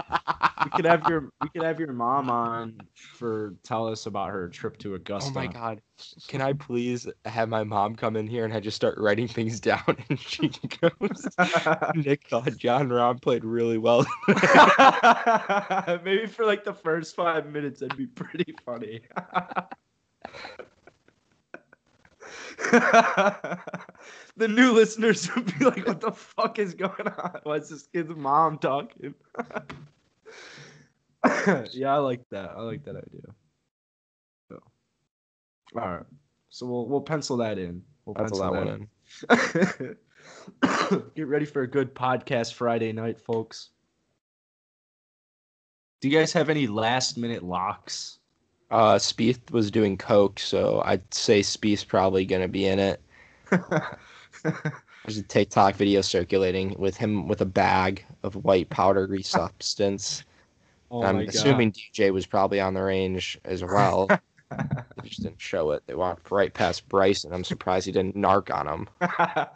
Speaker 10: We could have your we could have your mom on for tell us about her trip to Augusta.
Speaker 11: Oh my god. Can I please have my mom come in here and I just start writing things down and she goes Nick thought John Ron played really well.
Speaker 10: Maybe for like the first five minutes, that'd be pretty funny. the new listeners would be like, "What the fuck is going on? Why is this kid's mom talking?" yeah, I like that. I like that idea. So, all right. So we'll we'll pencil that in. We'll
Speaker 11: That's
Speaker 10: pencil
Speaker 11: that one
Speaker 10: that in.
Speaker 11: in.
Speaker 10: Get ready for a good podcast Friday night, folks. Do you guys have any last minute locks?
Speaker 11: Uh Spieth was doing coke, so I'd say Spieth's probably gonna be in it. There's a TikTok video circulating with him with a bag of white powdery substance.
Speaker 10: oh
Speaker 11: I'm assuming DJ was probably on the range as well. they just didn't show it. They walked right past Bryce, and I'm surprised he didn't narc on him.
Speaker 10: god.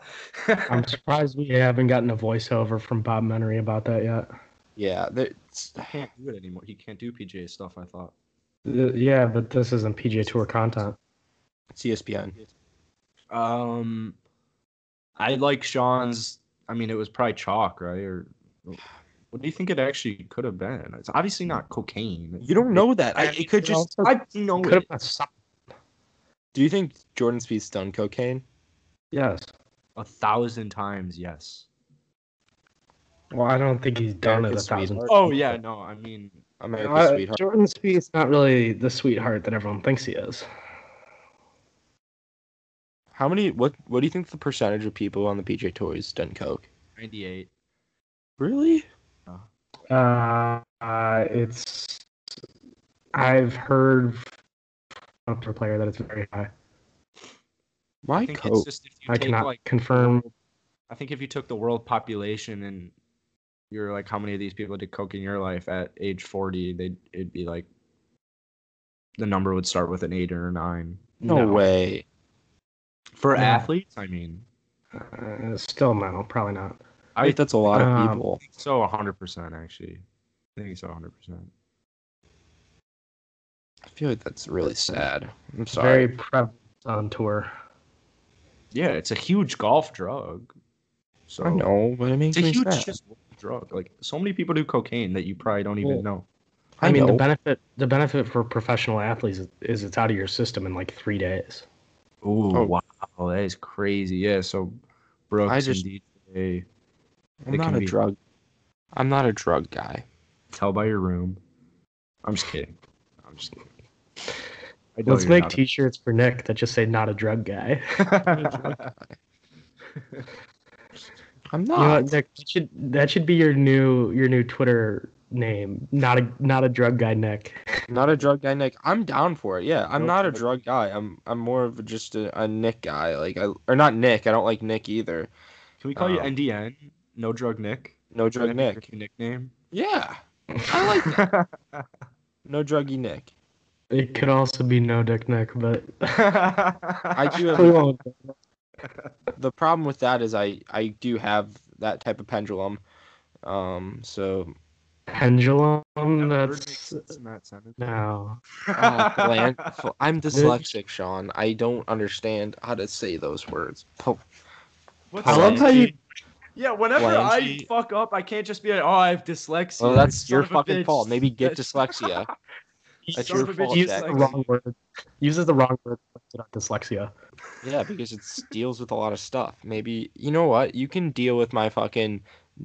Speaker 8: I'm surprised we haven't gotten a voiceover from Bob Menery about that yet.
Speaker 11: Yeah, there- it's-
Speaker 10: He can't do it anymore. He can't do PGA stuff, I thought.
Speaker 8: Th- Uh, Yeah, but this isn't PGA Tour content.
Speaker 11: it's ESPN.
Speaker 10: Um I like Sean's I mean it was probably chalk, right? Or what do you think it actually could have been? It's obviously not cocaine.
Speaker 11: You don't know that. I, it could
Speaker 8: It
Speaker 11: just.
Speaker 8: also
Speaker 11: I know
Speaker 8: Could have
Speaker 11: it.
Speaker 8: been something.
Speaker 11: Do you think Jordan Spieth's done cocaine?
Speaker 8: Yes.
Speaker 10: a thousand times, yes.
Speaker 8: Well, I don't think he's done it a
Speaker 11: American
Speaker 8: thousand.
Speaker 11: sweetheart.
Speaker 10: Oh yeah, no, I mean
Speaker 11: America's
Speaker 8: Uh,
Speaker 11: sweetheart.
Speaker 8: Jordan Spieth's not really the sweetheart that everyone thinks he is.
Speaker 11: How many? What? What do you think the percentage of people on the PJ Tour has done coke?
Speaker 10: ninety eight.
Speaker 11: Really?
Speaker 8: Uh, uh, it's I've heard from a player that it's very high.
Speaker 11: Why
Speaker 10: I think it's
Speaker 11: coke?
Speaker 10: just if you
Speaker 8: I
Speaker 10: take
Speaker 8: cannot
Speaker 10: like
Speaker 8: confirm.
Speaker 10: I think if you took the world population and you're like how many of these people did coke in your life at age 40, they it'd be like the number would start with an 8 or a 9.
Speaker 11: no, way.
Speaker 10: For
Speaker 8: No.
Speaker 10: athletes, I mean.
Speaker 8: Uh, still no, probably not.
Speaker 10: I
Speaker 11: Wait, that's a lot of
Speaker 8: um,
Speaker 11: people.
Speaker 10: think so 100% actually. I think so 100%.
Speaker 11: I feel like that's really sad. I'm
Speaker 8: Very
Speaker 11: sorry.
Speaker 8: prevalent on tour.
Speaker 10: Yeah, it's a huge golf drug. So
Speaker 11: I know, but it makes
Speaker 10: It's a
Speaker 11: me
Speaker 10: huge
Speaker 11: sad.
Speaker 10: just drug. Like so many people do cocaine that you probably don't even
Speaker 11: Well,
Speaker 10: know.
Speaker 8: I, mean, the
Speaker 11: know.
Speaker 8: benefit the benefit for professional athletes is, is it's out of your system in like three days.
Speaker 10: Ooh,
Speaker 11: Oh.
Speaker 10: wow, that is crazy. Yeah, so Brooks
Speaker 11: I just-
Speaker 10: and DJ
Speaker 11: I'm
Speaker 10: It
Speaker 11: not
Speaker 10: can
Speaker 11: a
Speaker 10: be-
Speaker 11: drug. I'm not a drug guy.
Speaker 10: tell by your room. I'm just kidding. I'm just kidding. I know
Speaker 8: Let's
Speaker 10: you're
Speaker 8: make
Speaker 10: not a-
Speaker 8: T-shirts for Nick that just say "Not a drug guy."
Speaker 11: I'm
Speaker 8: You know
Speaker 11: not.
Speaker 8: what, Nick? That should that should be your new your new Twitter name. Not a not a drug guy, Nick.
Speaker 11: not a drug guy, Nick. I'm down for it. Yeah, I'm
Speaker 10: No
Speaker 11: not a
Speaker 10: drug-
Speaker 11: drug guy. I'm I'm more of just a, a Nick guy. Like I or not Nick. I don't like Nick either.
Speaker 10: Can we call you
Speaker 11: Oh.
Speaker 10: NDN? No drug Nick.
Speaker 11: No drug
Speaker 10: That'd be your
Speaker 11: Nick.
Speaker 10: new nickname.
Speaker 11: Yeah, I like that. No druggy Nick.
Speaker 8: It could also be no dick Nick, but
Speaker 11: I
Speaker 10: I
Speaker 11: do
Speaker 8: we
Speaker 11: have
Speaker 8: won't.
Speaker 11: the problem with that is I I do have that type of pendulum. Um. So
Speaker 8: pendulum.
Speaker 10: That word makes
Speaker 8: That's
Speaker 10: sense in that sentence.
Speaker 8: no.
Speaker 11: uh, flan- fl- I'm dyslexic, Sean. I don't understand how to say those words. Po-
Speaker 10: What's
Speaker 8: I love how you.
Speaker 10: Yeah, whenever I
Speaker 11: Blanky.
Speaker 10: fuck up, I can't just be like, "Oh, I have dyslexia."
Speaker 11: Well, that's
Speaker 10: son
Speaker 11: your
Speaker 10: of a
Speaker 11: fucking
Speaker 10: bitch."
Speaker 11: fault. Maybe get
Speaker 10: That's-
Speaker 11: dyslexia. That's
Speaker 10: Son
Speaker 11: your
Speaker 10: of a bitch,
Speaker 11: fault,
Speaker 8: Uses
Speaker 11: Jack.
Speaker 8: the
Speaker 10: dyslexia.
Speaker 8: wrong word. Uses the wrong word. to not Dyslexia.
Speaker 11: Yeah, because it deals with a lot of stuff. Maybe you know what? You can deal with my fucking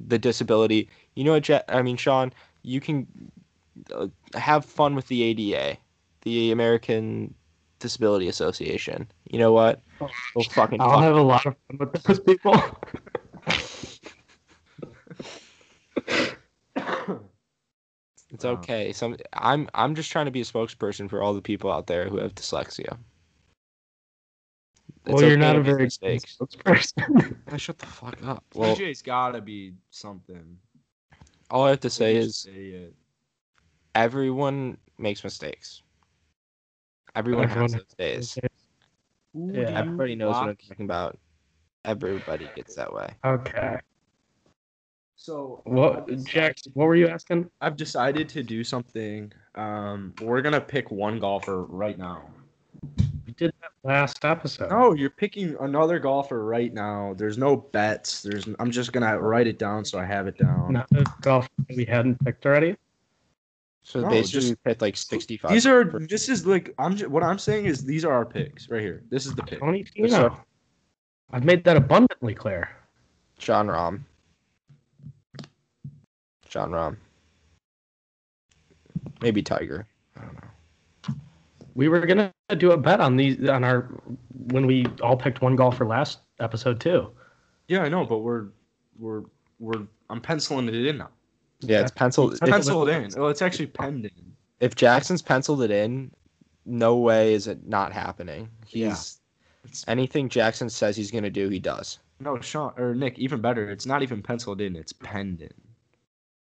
Speaker 11: the disability. You know what? Ja- I mean, Sean, you can uh, have fun with the ADA, the American Disability Association. You know what? Go fucking
Speaker 8: I'll
Speaker 11: fuck.
Speaker 8: have a lot of fun with those people.
Speaker 11: It's
Speaker 10: Wow.
Speaker 11: okay. Some I'm I'm just trying to be a spokesperson for all the people out there who have dyslexia. It's
Speaker 8: well, you're
Speaker 11: okay
Speaker 8: not
Speaker 11: to
Speaker 8: a
Speaker 11: make
Speaker 8: very good
Speaker 11: mistakes.
Speaker 8: spokesperson.
Speaker 11: Ah, Shut the fuck up. Well,
Speaker 10: DJ's gotta be something.
Speaker 11: all I have to say
Speaker 10: Just
Speaker 11: is
Speaker 10: say it.
Speaker 11: everyone makes mistakes. Everyone,
Speaker 8: Everyone
Speaker 11: has those days.
Speaker 8: Yeah.
Speaker 11: Everybody knows what I'm
Speaker 10: Lock-
Speaker 11: talking about. Everybody gets that way.
Speaker 8: Okay.
Speaker 10: So
Speaker 8: What, Jack? What were you asking?
Speaker 10: I've decided to do something. Um, we're gonna pick one golfer right now.
Speaker 8: We did that last episode.
Speaker 10: No, you're picking another golfer right now. There's no bets. There's. I'm just gonna write it down so I have it down.
Speaker 8: Not the golf that we hadn't picked already.
Speaker 11: So
Speaker 10: No,
Speaker 11: basically,
Speaker 10: just-
Speaker 11: you hit like 65.
Speaker 10: These are. This is like. I'm. Just, what I'm saying is these are our picks right here. This is the pick.
Speaker 8: Tony
Speaker 10: Yes,
Speaker 8: Fino. I've made that abundantly clear.
Speaker 11: John Rom. John Rom. Maybe Tiger. I don't know.
Speaker 8: We were gonna do a bet on these on our when we all picked one golfer last episode too.
Speaker 10: Yeah, I know, but we're we're we're. I'm penciling it in now.
Speaker 11: Yeah, it's penciled.
Speaker 8: Pencil
Speaker 11: If,
Speaker 10: Penciled in. Well, it's actually penned in.
Speaker 11: if Jackson's penciled it in, no way is it not happening. He's anything Jackson says he's gonna do, he does.
Speaker 10: No, Sean or Nick. Even better. It's not even penciled in. It's penned in.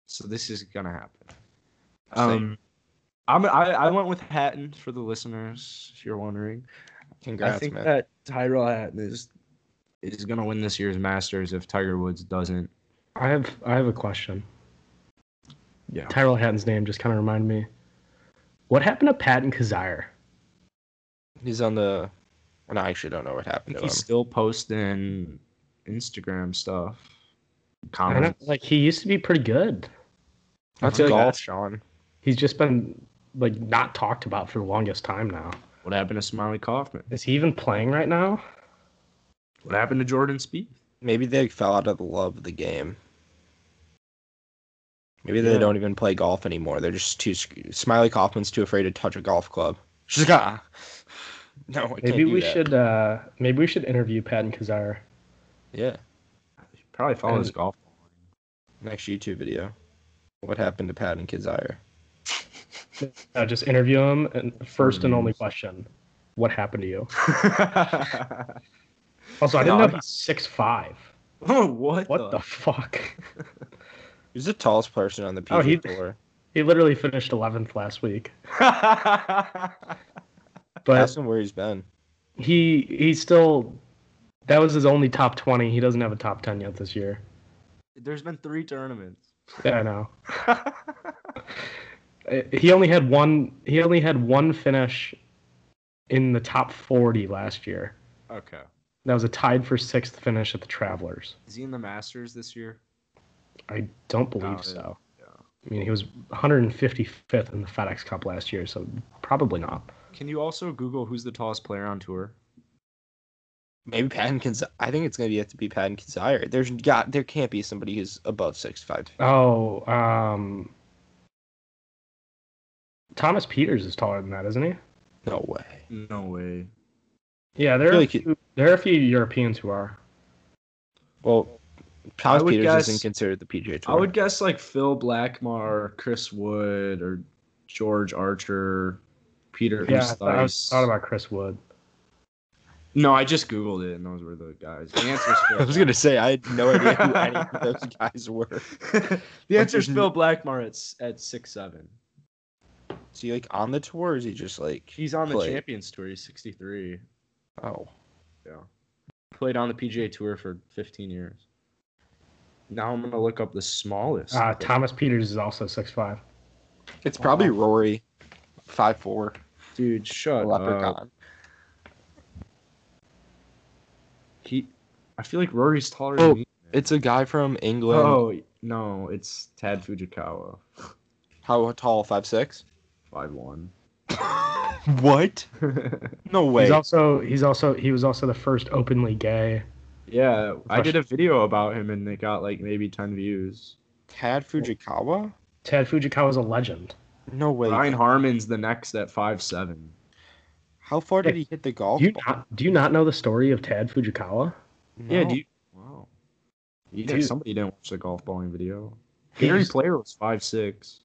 Speaker 10: So this is gonna happen. Um, I'm. I, I went with Hatton for the listeners. If you're wondering.
Speaker 11: Congrats,
Speaker 10: I think
Speaker 11: man.
Speaker 10: that Tyrell Hatton is is gonna win this year's Masters if Tiger Woods doesn't.
Speaker 8: I have I have a question.
Speaker 10: Yeah.
Speaker 8: Tyrell Hatton's name just kind of reminded me. What happened to Patton Kazire?
Speaker 11: he's on the. And I actually don't know what
Speaker 10: I
Speaker 11: happened to
Speaker 10: think
Speaker 11: him.
Speaker 10: he's still posting Instagram stuff.
Speaker 8: I don't know,
Speaker 10: Comments.
Speaker 8: like he used to be pretty good.
Speaker 11: That's
Speaker 10: feel like
Speaker 11: golf,
Speaker 10: that's-
Speaker 11: Sean.
Speaker 8: He's just been like not talked about for the longest time now.
Speaker 10: What happened to Smiley Kaufman?
Speaker 8: Is he even playing right now?
Speaker 10: What happened to Jordan Spieth?
Speaker 11: Maybe they fell out of the love of the game. Maybe they
Speaker 10: Yeah.
Speaker 11: don't even play golf anymore. They're just too. sc- Smiley Kaufman's too afraid to touch a golf club. She's like, ah. No, I can't
Speaker 8: Maybe
Speaker 11: do
Speaker 8: we
Speaker 11: that."
Speaker 8: should uh maybe we should interview Patton Kazire.
Speaker 11: Yeah.
Speaker 10: He probably followed his
Speaker 8: And-
Speaker 10: golf.
Speaker 11: Next YouTube video. What happened to Pat and Kazire?
Speaker 8: Uh, just interview him and first and
Speaker 10: Interviews.
Speaker 8: only question. What happened to you?
Speaker 10: oh,
Speaker 8: Also, I didn't
Speaker 10: No,
Speaker 8: know he's six five.
Speaker 10: what?
Speaker 8: What the fuck?
Speaker 11: He's the tallest person on the PGA
Speaker 8: Oh, he-
Speaker 11: Tour.
Speaker 8: He literally finished eleventh last week.
Speaker 10: the?
Speaker 8: But
Speaker 11: Ask him where he's been.
Speaker 8: he he still that was his only top 20 he doesn't have a top 10 yet this year
Speaker 10: There's been three tournaments.
Speaker 8: yeah i know Uh, he only had one he only had one finish in the top 40 last year
Speaker 10: okay.
Speaker 8: that was a tied for sixth finish at the travelers
Speaker 10: Is he in the Masters this year?
Speaker 8: i don't believe
Speaker 10: Oh,
Speaker 8: so
Speaker 10: yeah.
Speaker 8: i mean he was 155th in the fedex cup last year so probably not
Speaker 10: Can you also Google who's the tallest player on tour?
Speaker 11: Maybe Pat and Kazire. I think it's gonna be have to be Pat and Kazire. There's got there can't be somebody who's above six five.
Speaker 8: oh um thomas peters is taller than that isn't he
Speaker 11: No way.
Speaker 10: No way.
Speaker 8: yeah there are,
Speaker 11: feel
Speaker 8: a
Speaker 11: like it-
Speaker 8: few, there are a few europeans who are
Speaker 11: Well, Thomas
Speaker 10: would
Speaker 11: Peters
Speaker 10: guess-
Speaker 11: isn't considered the PGA Tour.
Speaker 10: I would guess like Phil Blackmar, Chris Wood, or George Archer, Peter
Speaker 8: Yeah, I,
Speaker 10: Hurst
Speaker 8: thought, I was-
Speaker 10: Thies.
Speaker 8: thought about Chris Wood.
Speaker 10: No, I just Googled it and those were the guys. The answer's Phil
Speaker 11: I was gonna say I had no idea who any of those guys were.
Speaker 10: Blackmar. the answer's Phil Blackmar at, s- at six seven.
Speaker 11: Is he like on the tour? Or is he just like?
Speaker 10: He's on the
Speaker 11: Played.
Speaker 10: Champions Tour. He's 63.
Speaker 11: Oh,
Speaker 10: Yeah. Played on the PGA Tour for 15 years. Now I'm going to look up the smallest.
Speaker 8: Uh, Thomas Peters is also six five.
Speaker 11: it's probably Rory, five four,
Speaker 10: Dude,
Speaker 11: Uh,
Speaker 10: shut up.
Speaker 11: leprechaun.
Speaker 10: He, I feel like Rory's taller
Speaker 11: Oh,
Speaker 10: than me.
Speaker 11: It's a guy from England.
Speaker 10: Oh, no. It's Tad Fujikawa.
Speaker 11: How tall? Five six.
Speaker 10: 5'1.
Speaker 11: What? No way.
Speaker 8: He's also he's also he was also the first openly gay.
Speaker 10: yeah, I did a video about him and it got like maybe 10 views.
Speaker 11: Tad Fujikawa?
Speaker 8: Tad Fujikawa's a legend.
Speaker 11: No way.
Speaker 10: Ryan Harmon's the next at 5'7.
Speaker 11: How far did he hit the golf
Speaker 8: Do you
Speaker 11: ball?
Speaker 8: not do you not know the story of Tad Fujikawa?
Speaker 10: Yeah,
Speaker 11: No.
Speaker 10: do you? Wow. You
Speaker 8: Dude.
Speaker 10: did, somebody didn't watch the golf balling video.
Speaker 8: He
Speaker 10: Gary
Speaker 8: used-
Speaker 10: Player was five six.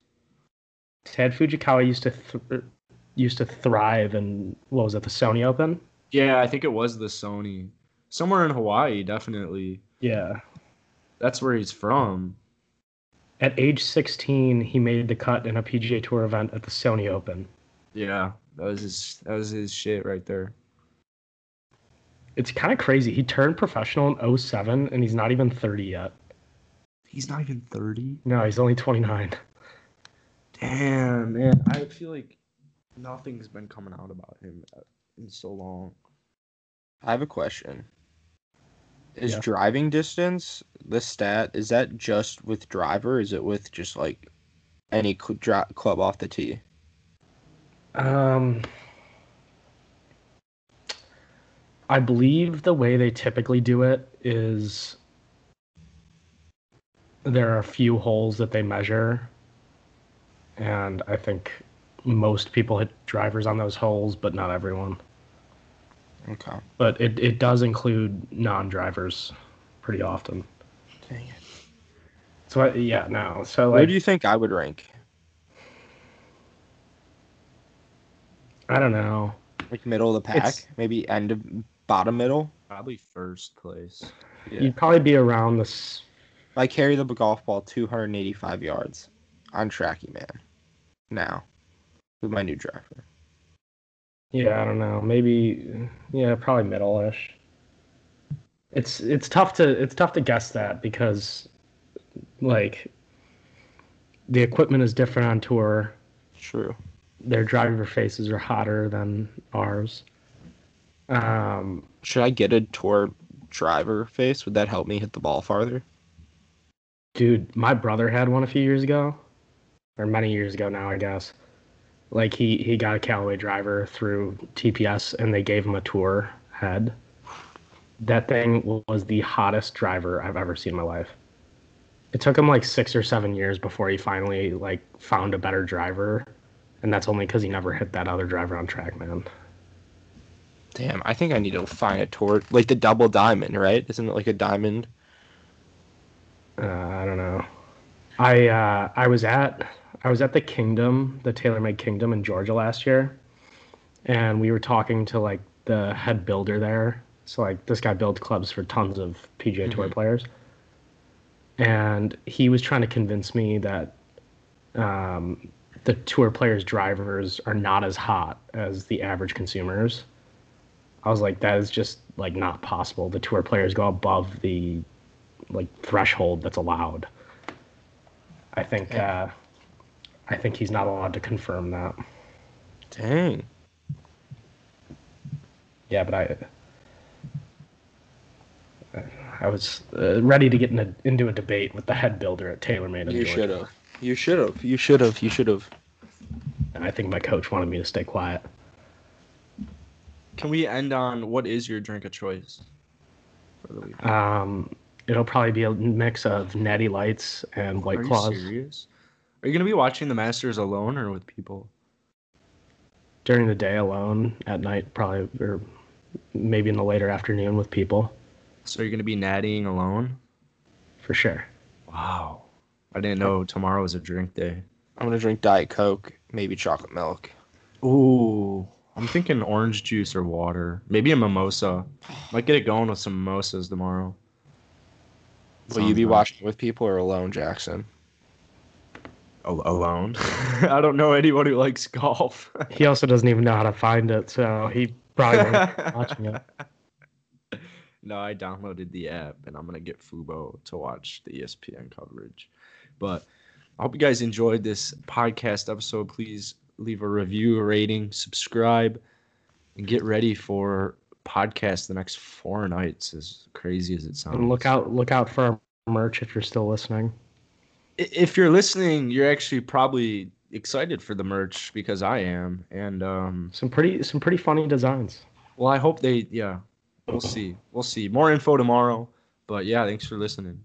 Speaker 8: Tad Fujikawa used to th- used to thrive in what was it the Sony Open?
Speaker 10: Yeah, I think it was the Sony. Somewhere in Hawaii, definitely.
Speaker 8: Yeah.
Speaker 10: That's where he's from.
Speaker 8: At age 16, he made the cut in a PGA Tour event at the Sony Open.
Speaker 10: Yeah, that was his. That was his shit right there.
Speaker 8: It's kind of crazy. He turned professional in 07 and he's not even 30 yet.
Speaker 10: He's not even 30.
Speaker 8: No, he's only 29.
Speaker 10: Damn, man. I feel like nothing's been coming out about him uh, in so long.
Speaker 11: I have a question. Is
Speaker 8: Yeah.
Speaker 11: driving distance the stat? Is that just with driver? Is it with just like any cl- dri- club off the tee?
Speaker 8: Um, I believe the way they typically do it is there are a few holes that they measure, and I think most people hit drivers on those holes, but not everyone.
Speaker 11: Okay.
Speaker 8: But it, it does include non drivers pretty often.
Speaker 11: Dang it.
Speaker 8: So I, yeah, no. So
Speaker 11: Where
Speaker 8: like,
Speaker 11: do you think I would rank?
Speaker 8: I don't know.
Speaker 11: Like middle of the pack,
Speaker 8: It's-
Speaker 11: maybe end of bottom middle.
Speaker 10: Probably first place.
Speaker 11: Yeah.
Speaker 8: You'd probably be around this.
Speaker 11: I carry the golf ball 285 yards on Tracky Man. Now, with my new driver.
Speaker 8: Yeah, I don't know. Maybe yeah, probably middle-ish. It's it's tough to it's tough to guess that because like the equipment is different on tour.
Speaker 11: True.
Speaker 8: Their driver faces are hotter than ours. Um,
Speaker 11: Should I get a tour driver face? Would that help me hit the ball farther?
Speaker 8: Dude, my brother had one a few years ago, or many years ago now, I guess. Like he he got a Callaway driver through TPS, and they gave him a tour head. That thing was the hottest driver I've ever seen in my life. It took him like six or seven years before he finally like found a better driver, and that's only because he never hit that other driver on TrackMan.
Speaker 11: Damn, I think I need to find a tour like the double diamond, right? Isn't it like a diamond?
Speaker 8: Uh, I don't know. I uh, I was at I was at the Kingdom, the TaylorMade Kingdom in Georgia last year, and we were talking to like the head builder there. So like this guy builds clubs for tons of PGA Tour players, and he was trying to convince me that um, the tour players' drivers are not as hot as the average consumers. I was like, that is just like not possible. The tour players go above the like threshold that's allowed. I think uh, I think he's not allowed to confirm that.
Speaker 11: Dang.
Speaker 8: Yeah, but I I was uh, ready to get in a, into a debate with the head builder at TaylorMade. in
Speaker 11: You
Speaker 8: Georgia,
Speaker 11: should have. You should have. You should have. You should have.
Speaker 8: And I think my coach wanted me to stay quiet.
Speaker 10: Can we end on what is your drink of choice for the week?
Speaker 8: Um, it'll probably be a mix of Natty Lights and White
Speaker 10: Are
Speaker 8: Claws.
Speaker 10: you serious? Are you gonna be watching the Masters alone or with people?
Speaker 8: during the day alone at night probably or maybe in the later afternoon with people
Speaker 10: So you're gonna be nattying alone?
Speaker 8: for sure
Speaker 10: Wow. I didn't know tomorrow was a drink day.
Speaker 11: I'm gonna drink Diet Coke, maybe chocolate milk.
Speaker 10: Ooh. I'm thinking orange juice or water. Maybe a mimosa. Might get it going with some mimosas tomorrow.
Speaker 11: Will you
Speaker 10: Sounds
Speaker 11: be
Speaker 10: nice.
Speaker 11: watching with people or alone, Jackson?
Speaker 10: Al- alone? I don't know anyone who likes golf.
Speaker 8: he also doesn't even know how to find it so he probably won't be watching it
Speaker 10: No, I downloaded the app and I'm gonna get Fubo to watch the E ESPN coverage. But I hope you guys enjoyed this podcast episode. Please leave a review, a rating, subscribe, and get ready for podcast the next four nights. As crazy as it sounds,
Speaker 8: and look out look out for our merch if you're still listening
Speaker 10: I- If you're listening, you're actually probably excited for the merch because I am. And um,
Speaker 8: some pretty some pretty funny designs
Speaker 10: well, I hope they. Yeah, we'll see. We'll see. More info tomorrow. But yeah, thanks for listening.